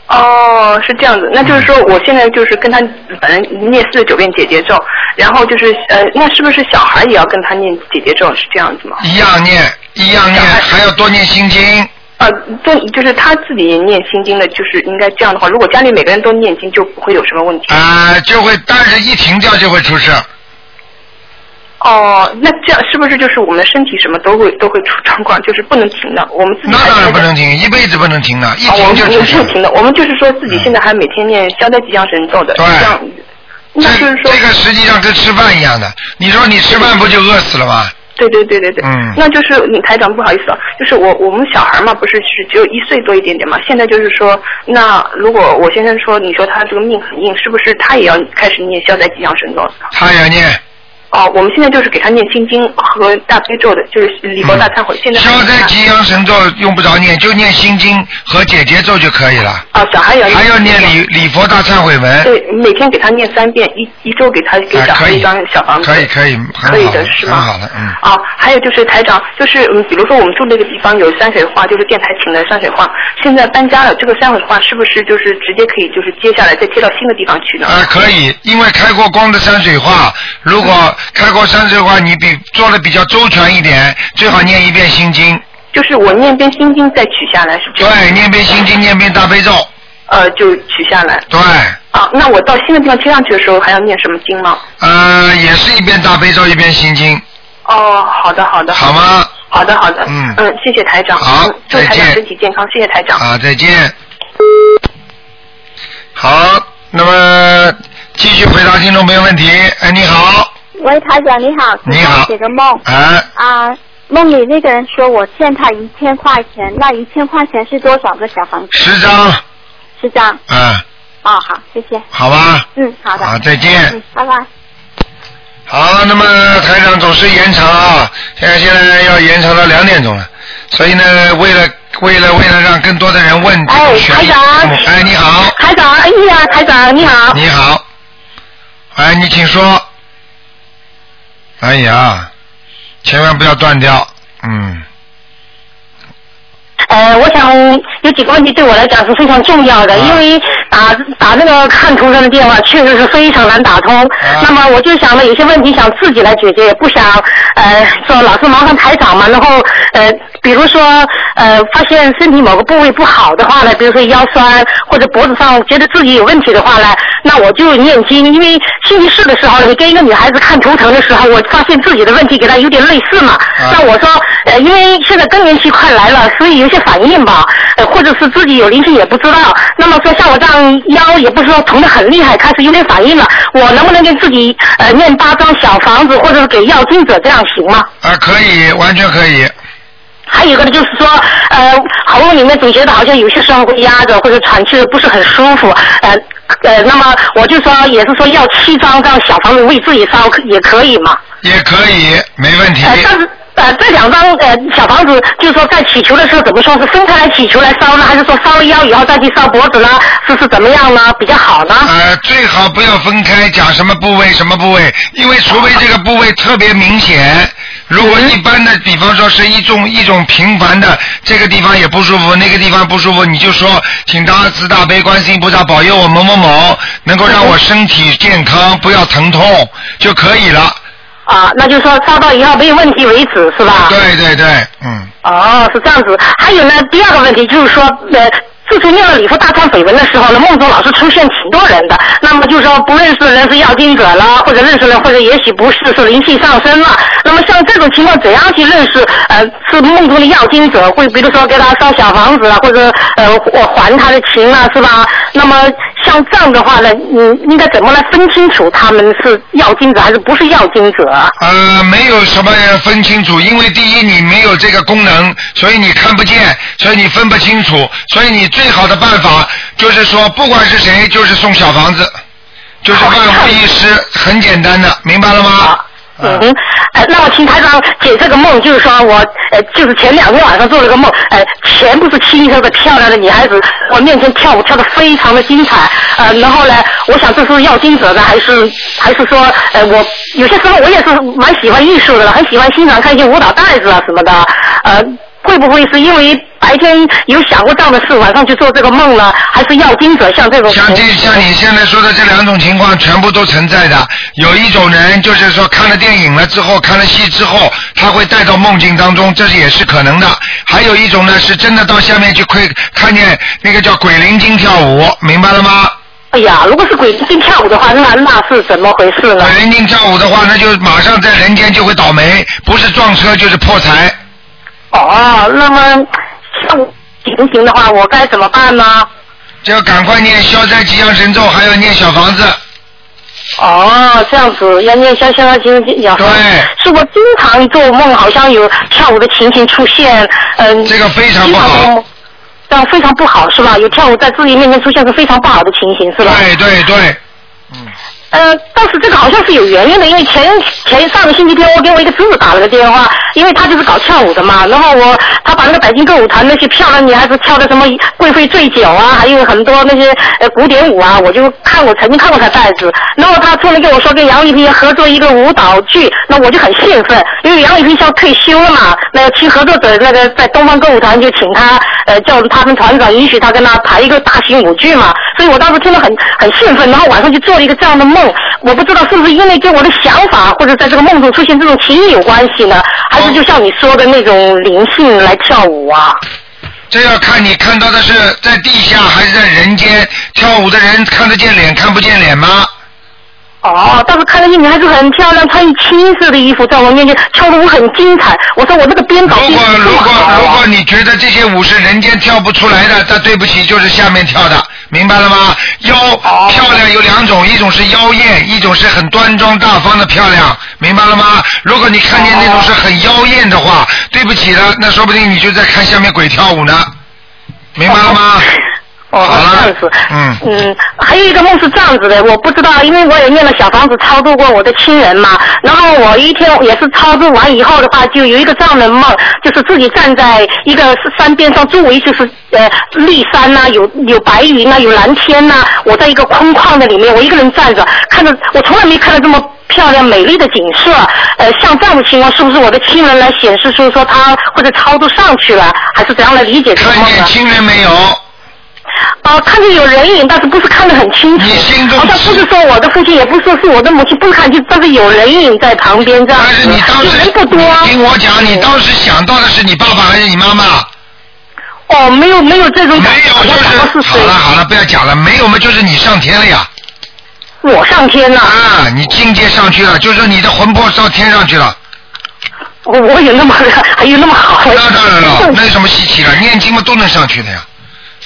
S15: 哦，是这样子，那
S2: 嗯
S15: 就是说我现在就是跟他反正念四十九遍姐姐咒，然后就是呃，那是不是小孩也要跟他念姐姐咒？是这样子吗？
S2: 一样念，一样念，还要多念心经。
S15: 呃，这就是他自己念心经的，就是应该这样的话，如果家里每个人都念经，就不会有什么问题。
S2: 啊、就会，但是一停掉就会出事。
S15: 哦，那这样是不是就是我们身体什么都会都会出状况，就是不能停的？我们自己那当然
S2: 不能停，一辈子不能停的，一
S15: 啊，我
S2: 停
S15: 们
S2: 就
S15: 我
S2: 出
S15: 们
S2: 事
S15: 不。停的，我们就是说自己现在还每天念消灾吉祥神咒的，
S2: 对
S15: 这样
S2: 这这个实际上跟吃饭一样的，你说你吃饭不就饿死了吗？
S15: 对对对对对，
S2: 嗯
S15: 那就是你台长不好意思啊，就是我我们小孩嘛，不是是只有一岁多一点点嘛，现在就是说，那如果我先生说你说他这个命很硬，是不是他也要开始念消灾吉祥神咒？
S2: 他要念。
S15: 哦，我们现在就是给他念心经和大悲咒的，就是礼佛大忏悔。现在
S2: 嗯消灾吉祥神咒用不着念，就念心经和解结咒就可以了。
S15: 啊，小孩也要
S2: 还要念礼礼佛大忏悔文。
S15: 对，每天给他念三遍，一一周给他给
S2: 啊
S15: 小
S2: 可
S15: 孩
S2: 以
S15: 一张小房子。
S2: 可以可以，很好
S15: 可以的是吗
S2: 很好的，嗯。
S15: 啊，还有就是台长，就是嗯，比如说我们住那个地方有山水画，就是电台请的山水画，现在搬家了，这个山水画是不是就是直接可以就是接下来再接到新的地方去呢？
S2: 啊，可以，因为开过光的山水画，
S15: 嗯
S2: 如果开过山水画，你比做的比较周全一点，最好念一遍心经。
S15: 就是我念遍心经再取下来，是这样。
S2: 对，念遍心经，念遍大悲咒。
S15: 呃，就取下来。
S2: 对。
S15: 啊，那我到新的地方贴上去的时候还要念什么经吗？
S2: 呃，也是一边大悲咒一边心经。
S15: 哦，好的，好的。
S2: 好吗？
S15: 好的，好的。
S2: 嗯
S15: 嗯，谢谢台长。
S2: 好
S15: 嗯祝台
S2: 再
S15: 长
S2: 见
S15: 身体健康，谢谢台长。
S2: 啊，再见。好，那么继续回答听众朋友问题。哎，你好，
S16: 喂，台长你好，
S2: 你好
S16: 请帮我解个梦
S2: 哎，
S16: 啊，梦里那个人说我欠他一千块钱，那一千块钱是多少个小房子？
S2: 十张，
S16: 十张。
S2: 嗯，
S16: 哦，好，谢谢。
S2: 好吧。
S16: 嗯，好的。
S2: 好再见
S16: 嗯，拜拜。
S2: 好，那么台长总是延长啊，现在现在要延长到两点钟了，所以呢，为了为了为了让更多的人问，
S6: 哎，台长。
S2: 哎，你好。
S6: 台长，哎呀，台长你好。
S2: 你好，哎，你请说。哎呀，千万不要断掉，嗯，
S6: 呃，我想有几个问题对我来讲是非常重要的，因为打打那个看图上的电话确实是非常难打通。那么我就想了，有些问题想自己来解决，也不想呃说老是麻烦台长嘛。然后呃，比如说呃发现身体某个部位不好的话呢，比如说腰酸或者脖子上觉得自己有问题的话呢，那我就念经，因为星期四的时候你跟一个女孩子看图腾的时候，我发现自己的问题给她有点类似嘛。那我说呃，因为现在更年期快来了，所以有些反应吧，呃，或者是自己有灵性也不知道。那么说像我这样腰也不是说疼得很厉害，开始有点反应了，我能不能给自己呃念八张小房子，或者是给药经者这样行吗？
S2: 啊，可以，完全可以，
S6: 还有一个呢，就是说，呃，喉咙里面总觉得好像有些时候会压着，或者喘气不是很舒服，呃呃，那么我就说也是说要七张这样小房子为自己烧也可以嘛。
S2: 也可以，没 问题。
S6: 呃，但是呃这两张呃小房子，就是说在祈求的时候怎么说是分开来祈求来烧呢，还是说烧了腰以后再去烧脖子呢？是是怎么样呢？比较好呢？
S2: 呃，最好不要分开讲什么部位什么部位，因为除非这个部位特别明显，如果一般的，比方说是一种一种平凡的，这个地方也不舒服，那个地方不舒服，你就说，请大慈大悲观世音菩萨保佑我某某某能够让我身体健康，不要疼痛就可以了。
S6: 啊，那就是说烧到以后没有问题为止，是吧？
S2: 对对对，嗯。
S6: 哦，是这样子。还有呢，第二个问题就是说，呃，自从念了礼佛大忏悔文的时候呢，梦中老是出现挺多人的。那么就是说，不认识的人是要经者啦，或者认识人，或者也许不是，是灵气上升了。那么像这种情况，怎样去认识？呃，是梦中的要经者，会比如说给他烧小房子啊，或者呃，我还他的情啊，是吧？那么像这样的话呢，你应该怎么来分清楚他们是要经者还是不是要经者啊？
S2: 呃，没有什么分清楚，因为第一你没有这个功能，所以你看不见，所以你分不清楚，所以你最好的办法就是说，不管是谁，就是送小房子，就是万无一失，很简单的，明白了吗？啊
S6: 嗯，呃，那我请台长解这个梦，就是说我呃，就是前两天晚上做了个梦，呃，全部是清澈的、漂亮的女孩子，我面前跳舞跳得非常的精彩，呃，然后呢，我想这是要经者的，还是还是说，呃，我有些时候我也是蛮喜欢艺术的了，很喜欢欣赏看一些舞蹈袋子啊什么的，呃，会不会是因为白天有想过这样的事，晚上去做这个梦呢？还是要经者像这种情
S2: 像这像你现在说的这两种情况全部都存在的。有一种人就是说看了电影了之后，看了戏之后，他会带到梦境当中，这是也是可能的。还有一种呢，是真的到下面去会看见那个叫鬼灵精跳舞，明白了吗？
S6: 哎呀，如果是鬼精跳舞的话，那那是怎么回事呢？
S2: 鬼灵精跳舞的话，那就马上在人间就会倒霉，不是撞车就是破财。
S6: 哦，那么像情形的话，我该怎么办呢？
S2: 就要赶快念消灾吉祥神咒，还要念小房子。
S6: 哦，这样子要念消消消经经对，是我经常做梦，好像有跳舞的情形出现，嗯、
S2: 这个非常
S6: 不好，这样非常不好是吧？有跳舞在自己面前出现是非常不好的情形是吧？
S2: 对对对，
S6: 呃，但是这个好像是有原因的，因为前前上个星期天我给我一个侄子打了个电话，因为他就是搞跳舞的嘛，然后我他把那个北京歌舞团那些漂亮女孩子跳的什么贵妃醉酒啊，还有很多那些呃古典舞啊，我就看我曾经看过他带子，然后他突然跟我说跟杨丽萍合作一个舞蹈剧，那我就很兴奋，因为杨丽萍要退休了嘛，那个其合作者那个在东方歌舞团就请他呃叫他们团长允许他跟他排一个大型舞剧嘛，所以我当时听得很很兴奋，然后晚上就做了一个这样的梦，我不知道是不是因为跟我的想法或者在这个梦中出现这种情谊有关系呢，还是就像你说的那种灵性来跳舞啊？
S2: 这要看你看到的是在地下还是在人间。跳舞的人看得见脸，看不见脸吗？
S6: 哦，当时看到一个女孩子很漂亮，穿一青色的衣服在我面前跳的舞很精彩。我说我这个编导编
S2: 如果
S6: 啊
S2: 如果你觉得这些舞是人间跳不出来的，那对不起，就是下面跳的，明白了吗？妖
S6: 哦
S2: 漂亮有两种，一种是妖艳，一种是很端庄大方的漂亮，明白了吗？如果你看见那种是很妖艳的话，对不起了，那说不定你就在看下面鬼跳舞呢，明白了吗？
S6: 哦，这样子，
S2: 嗯
S6: 嗯，还有一个梦是这样子的，我不知道，因为我也念了小房子超度过我的亲人嘛。然后我一天也是超度完以后的话，就有一个这样的梦，就是自己站在一个山边上，周围就是呃绿山呐、有有白云呐、有蓝天呐、我在一个空旷的里面，我一个人站着，看着我从来没看到这么。漂亮美丽的景色，呃，像这样的情况，是不是我的亲人来显示出说他或者超度上去了，还是怎样来理解这个梦呢？
S2: 看见亲人没有？
S6: 哦，看见有人影，但是不是看得很清楚。你
S2: 心中、
S6: 哦，但不是说我的父亲，也不是说是我的母亲，不是看清，但是有人影在旁边这样子。但是你当时人不多。啊
S2: 听我讲，你当时想到的是你爸爸还是你妈妈？
S6: 哦，没有没有这种
S2: 感觉，没有就是好了好了，不要讲了，没有嘛，就是你上天了呀。
S6: 我上天了
S2: 啊！你境界上去了，就是你的魂魄上天上去了。
S6: 我我有那么还有那么好？
S2: 那当然了，那有什么稀奇的？念经嘛都能上去的呀，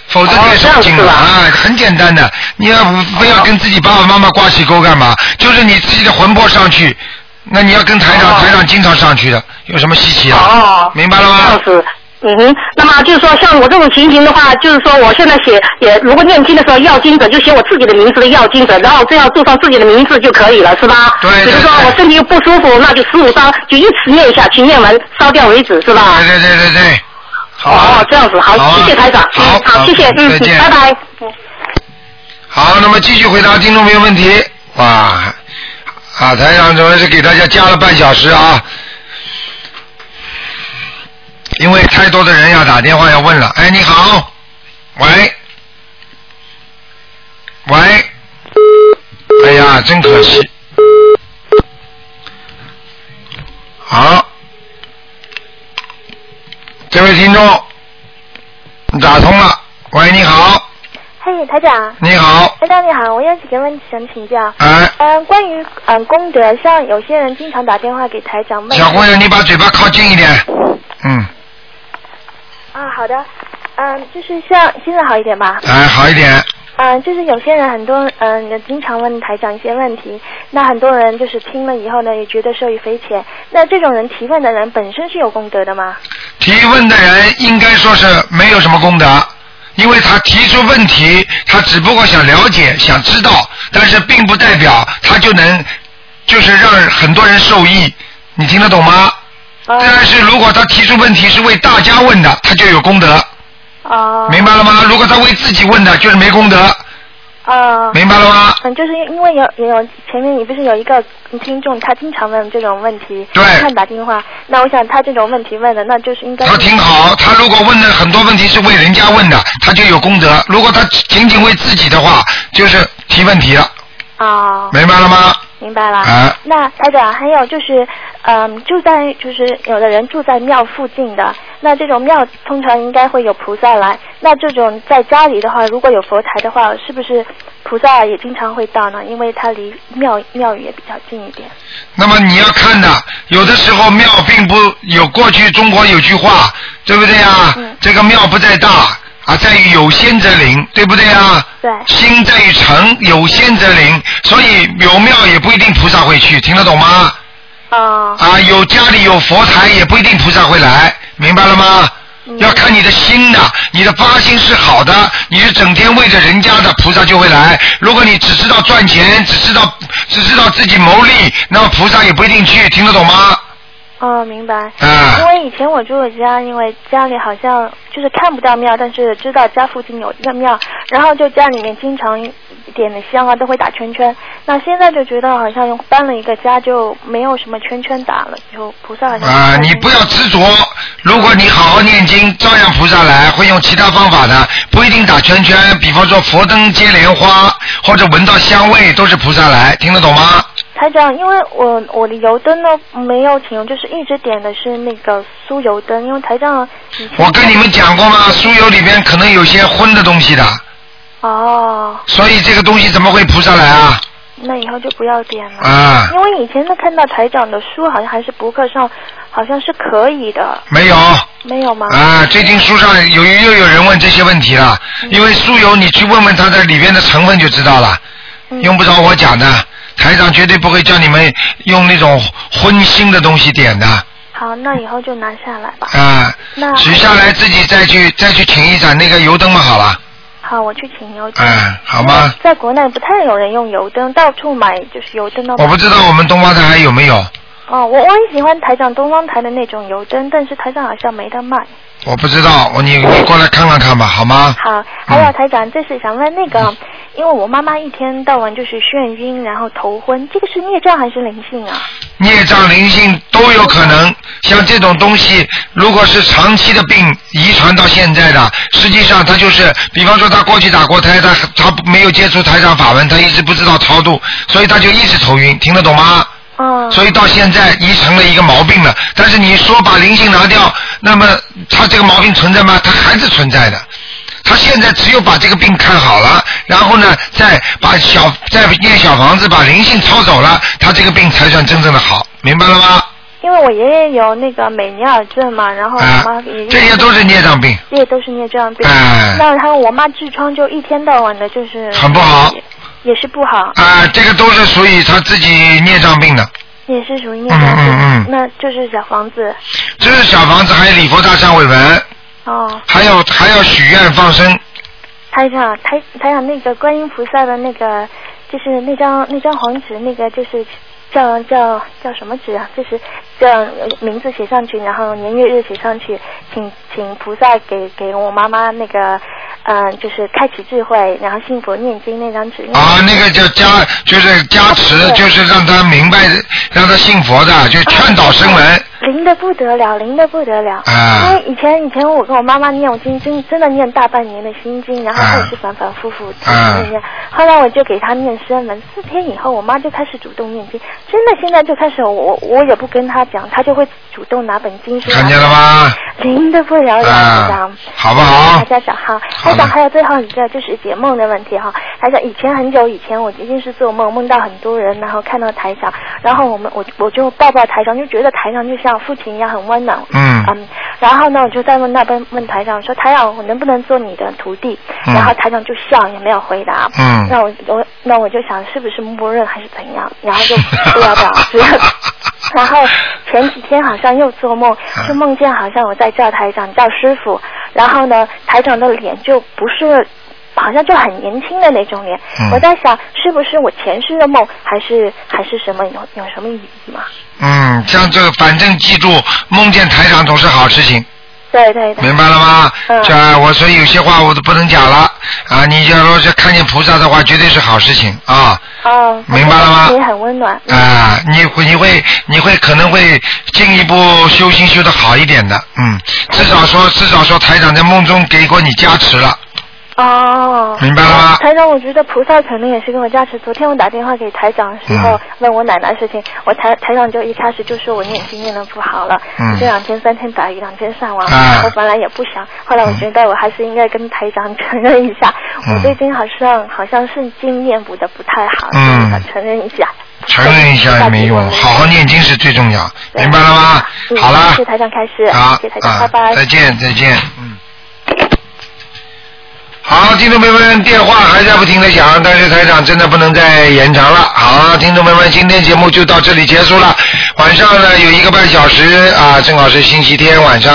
S2: 否则
S6: 哦
S2: 念什么经啊？啊，很简单的，你要不非要跟自己爸爸妈妈挂起钩干嘛？就是你自己的魂魄上去，那你要跟台长，台长经常上去的，有什么稀奇的？啊
S6: 哦，
S2: 哎明白了吗？
S6: 这样子，嗯哼，那么就是说，像我这种情形的话，就是说，我现在写也，如果念经的时候要经者就写我自己的名字的要经者，然后这样注上自己的名字就可以了，是吧？
S2: 对对
S6: 比如说我身体不舒服，那就十五张就一直念下去，念完烧掉为止，是吧？
S2: 对对对对。啊
S6: 哦，这样子好，谢谢台长，嗯，好，谢谢，嗯，
S2: 再见
S6: 拜拜。
S2: 好，那么继续回答听众朋友问题。哇，啊，台长主要是给大家加了半小时啊，因为太多的人要打电话要问了。哎，你好，喂，喂，哎呀，真可惜。好，这位听众，你打通了。喂，你好，
S17: 嘿，台长。
S2: 你好。
S17: 台长你好，我有几个问题想请教。
S2: 哎。
S17: 嗯，关于嗯功德，像有些人经常打电话给台长问。
S2: 小姑娘，你把嘴巴靠近一点。嗯，
S17: 啊，好的。嗯，就是像现在好一点吧。
S2: 哎，好一点。
S17: 嗯，就是有些人很多嗯，也经常问台长一些问题，那很多人就是听了以后呢，也觉得受益匪浅。那这种人提问的人本身是有功德的吗？
S2: 提问的人应该说是没有什么功德，因为他提出问题，他只不过想了解、想知道，但是并不代表他就能，就是让很多人受益。你听得懂吗？但是如果他提出问题是为大家问的，他就有功德。
S17: 哦。
S2: 明白了吗？如果他为自己问的，就是没功德。
S17: 啊、
S2: 明白了吗？
S17: 嗯，就是因为有有前面你不是有一个听众，他经常问这种问题，
S2: 对
S17: 他打电话。那我想他这种问题问的，那就是应该
S2: 他挺好，他如果问的很多问题是为人家问的，他就有功德；如果他仅仅为自己的话，就是提问题了。
S17: 啊、
S2: 明白了吗？
S17: 明白了。
S2: 啊
S17: 那台长，还有就是，嗯，住在就是有的人住在庙附近的，那这种庙通常应该会有菩萨来。那这种在家里的话，如果有佛台的话，是不是菩萨也经常会到呢？因为它离庙庙宇也比较近一点。
S2: 那么你要看的，有的时候庙并不有过去中国有句话，对不对啊？这个庙不在大啊，在于有仙则灵，对不对啊？
S17: 对。
S2: 心在于诚，有仙则灵，所以有庙也不一定菩萨会去，听得懂吗？
S17: 啊。
S2: 啊，有家里有佛台也不一定菩萨会来，明白了吗？要看你的心的，你的发心是好的，你是整天为着人家的，菩萨就会来。如果你只知道赚钱，只知道只知道自己谋利，那么菩萨也不一定去，听得懂吗？
S17: 哦，明白。啊。因为以前我住我家，因为家里好像就是看不到庙，但是知道家附近有一个庙，然后就家里面经常点的香啊，都会打圈圈。那现在就觉得好像搬了一个家，就没有什么圈圈打了，就菩萨好像
S2: 啊，你不要执着。如果你好好念经，照样菩萨来，会用其他方法的，不一定打圈圈。比方说佛灯接莲花，或者闻到香味，都是菩萨来，听得懂吗？
S17: 台长，因为我我的油灯呢没有停用，就是一直点的是那个酥油灯，因为台长以前
S2: 我跟你们讲过吗？酥油里边可能有些荤的东西的，
S17: 哦，
S2: 所以这个东西怎么会菩萨来啊？
S17: 那以后就不要点了。
S2: 啊
S17: 因为以前呢看到台长的书，好像还是博客上，好像是可以的。
S2: 没有。
S17: 没有吗？
S2: 啊，最近书上有又有人问这些问题了，因为酥油你去问问它的里边的成分就知道了，用不着我讲的，台长绝对不会叫你们用那种荤腥的东西点的
S17: 好，那以后就拿下来吧。
S2: 啊，
S17: 那
S2: 取下来自己再去再去请一盏那个油灯嘛，好了，
S17: 好，我去请油灯。
S2: 嗯，好吗？
S17: 在国内不太有人用油灯，到处买就是油灯都买。
S2: 我不知道我们东方台还有没有，
S17: 哦，我我很喜欢台长东方台的那种油灯，但是台长好像没得卖。
S2: 我不知道，我你你过来看看看吧，好吗？
S17: 好，还
S2: 嗯
S17: 有台长，就是想问那个，因为我妈妈一天到晚就是眩晕，然后头昏，这个是孽障还是灵性啊？
S2: 孽障、灵性都有可能。像这种东西，如果是长期的病遗传到现在的，实际上他就是，比方说他过去打过胎，他他没有接触台上法门，他一直不知道超度，所以他就一直头晕，听得懂吗？
S17: 嗯。
S2: 所以到现在遗成了一个毛病了。但是你说把灵性拿掉，那么他这个毛病存在吗？他还是存在的。他现在只有把这个病看好了，然后呢，再把小再念小房子，把灵性抄走了，他这个病才算真正的好，明白了吗？
S17: 因为我爷爷有那个美尼尔症嘛，然后我妈也、
S2: 啊这些都是孽障病，
S17: 这些都是孽障病。
S2: 哎
S17: 那然后我妈痔疮就一天到晚的，就是
S2: 很不好
S17: 嗯也，也是不好，
S2: 啊、这个都是属于他自己孽障病的。
S17: 也是属于孽
S2: 嗯
S17: 障病。
S2: 嗯嗯
S17: 那就是小房子
S2: 这是小房子，还有礼佛大忏悔文，
S17: 哦，
S2: 还有还要许愿放生，
S17: 台长台台长那个观音菩萨的那个，就是那张那张黄纸，那个就是叫叫叫什么纸啊？就是叫呃名字写上去，然后年月日写上去，请请菩萨给给我妈妈那个，嗯、就是开启智慧，然后幸福念经那张纸。
S2: 啊，那个叫加，就是加持，就是让他明白，让他信佛的，就劝导生闻。
S17: 灵的不得了，灵的不得了。
S2: 啊
S17: 因为以前以前我跟我妈妈念我心经，真的念大半年的心经，然后她也是反反复复
S2: 啊
S17: 念念。后来我就给她念声文，四天以后我妈就开始主动念经，真的现在就开始我我也不跟她讲，她就会主动拿本经书。
S2: 看见了？吗？
S17: 灵的不得了，
S2: 啊
S17: 台长，
S2: 好不好
S17: 哎大家长好，台长还有最后一个就是解梦的问题哈，台长以前很久以前我一定是做梦，梦到很多人，然后看到台长，然后我们我我就抱抱台长，就觉得台长就像父亲一样很温暖，
S18: 嗯
S17: 嗯，然后呢我就在问那边问台长说台长我能不能做你的徒弟，
S18: 嗯
S17: 然后台长就笑也没有回答，
S18: 嗯
S17: 那我我那我就想是不是默认还是怎样，然后就不了了之。 然后前几天好像又做梦，
S2: 嗯
S17: 就梦见好像我在叫台长叫师傅，然后呢，台长的脸就不是，好像就很年轻的那种脸。
S2: 嗯
S17: 我在想，是不是我前世的梦，还是还是什么有有什么意义嘛？
S2: 嗯，像这个，反正记住，梦见台长总是好事情，
S17: 对对对。
S2: 明白了吗？
S17: 嗯
S2: 这、我所以有些话我都不能讲了啊！你要说是看见菩萨的
S17: 嗯
S2: 话，绝对是好事情啊
S17: 哦，
S2: 明白了吗
S17: 也很温暖。
S2: 啊！你会你会你会可能会进一步修心修的好一点的，嗯，至少说至少说台长在梦中给过你加持了。
S17: 哦，
S2: 明白了吗
S17: 台长，我觉得菩萨可能也是给我加持。昨天我打电话给台长的时候，
S2: 嗯
S17: 问我奶奶事情，我台台长就一开始就说我念经念的不好了，
S2: 嗯
S17: 这两天三天打鱼两天晒网。
S2: 啊
S17: 我本来也不想，后来我觉得我还是应该跟台长承认一下，
S2: 嗯
S17: 我最近好像好像是经念补的不太好，
S2: 嗯
S17: 想承认一下。
S2: 承认一下也没用，好好念经是最重要，明白了吗？
S17: 嗯
S2: 好了
S17: 谢谢台长开始，
S2: 好
S17: 谢谢台，长，
S2: 啊
S17: 拜拜。
S2: 再见，再见，嗯。好，听众朋友们，电话还在不停的响，但是台长真的不能再延长了。好，听众朋友们，今天节目就到这里结束了。晚上呢有一个半小时啊，正好是星期天晚上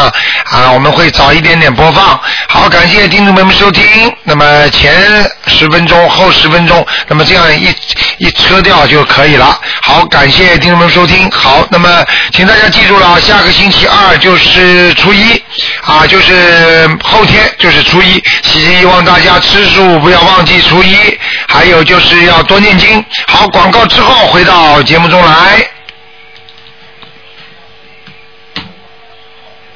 S2: 啊，我们会早一点点播放。好，感谢听众朋友们收听。那么前十分钟，后十分钟，那么这样一一车掉就可以了。好，感谢听众朋友们收听。好，那么请大家记住了啊，下个星期二就是初一啊，就是后天就是初一，希望大家吃素不要忘记初一还有就是要多念经。好，广告之后回到节目中来。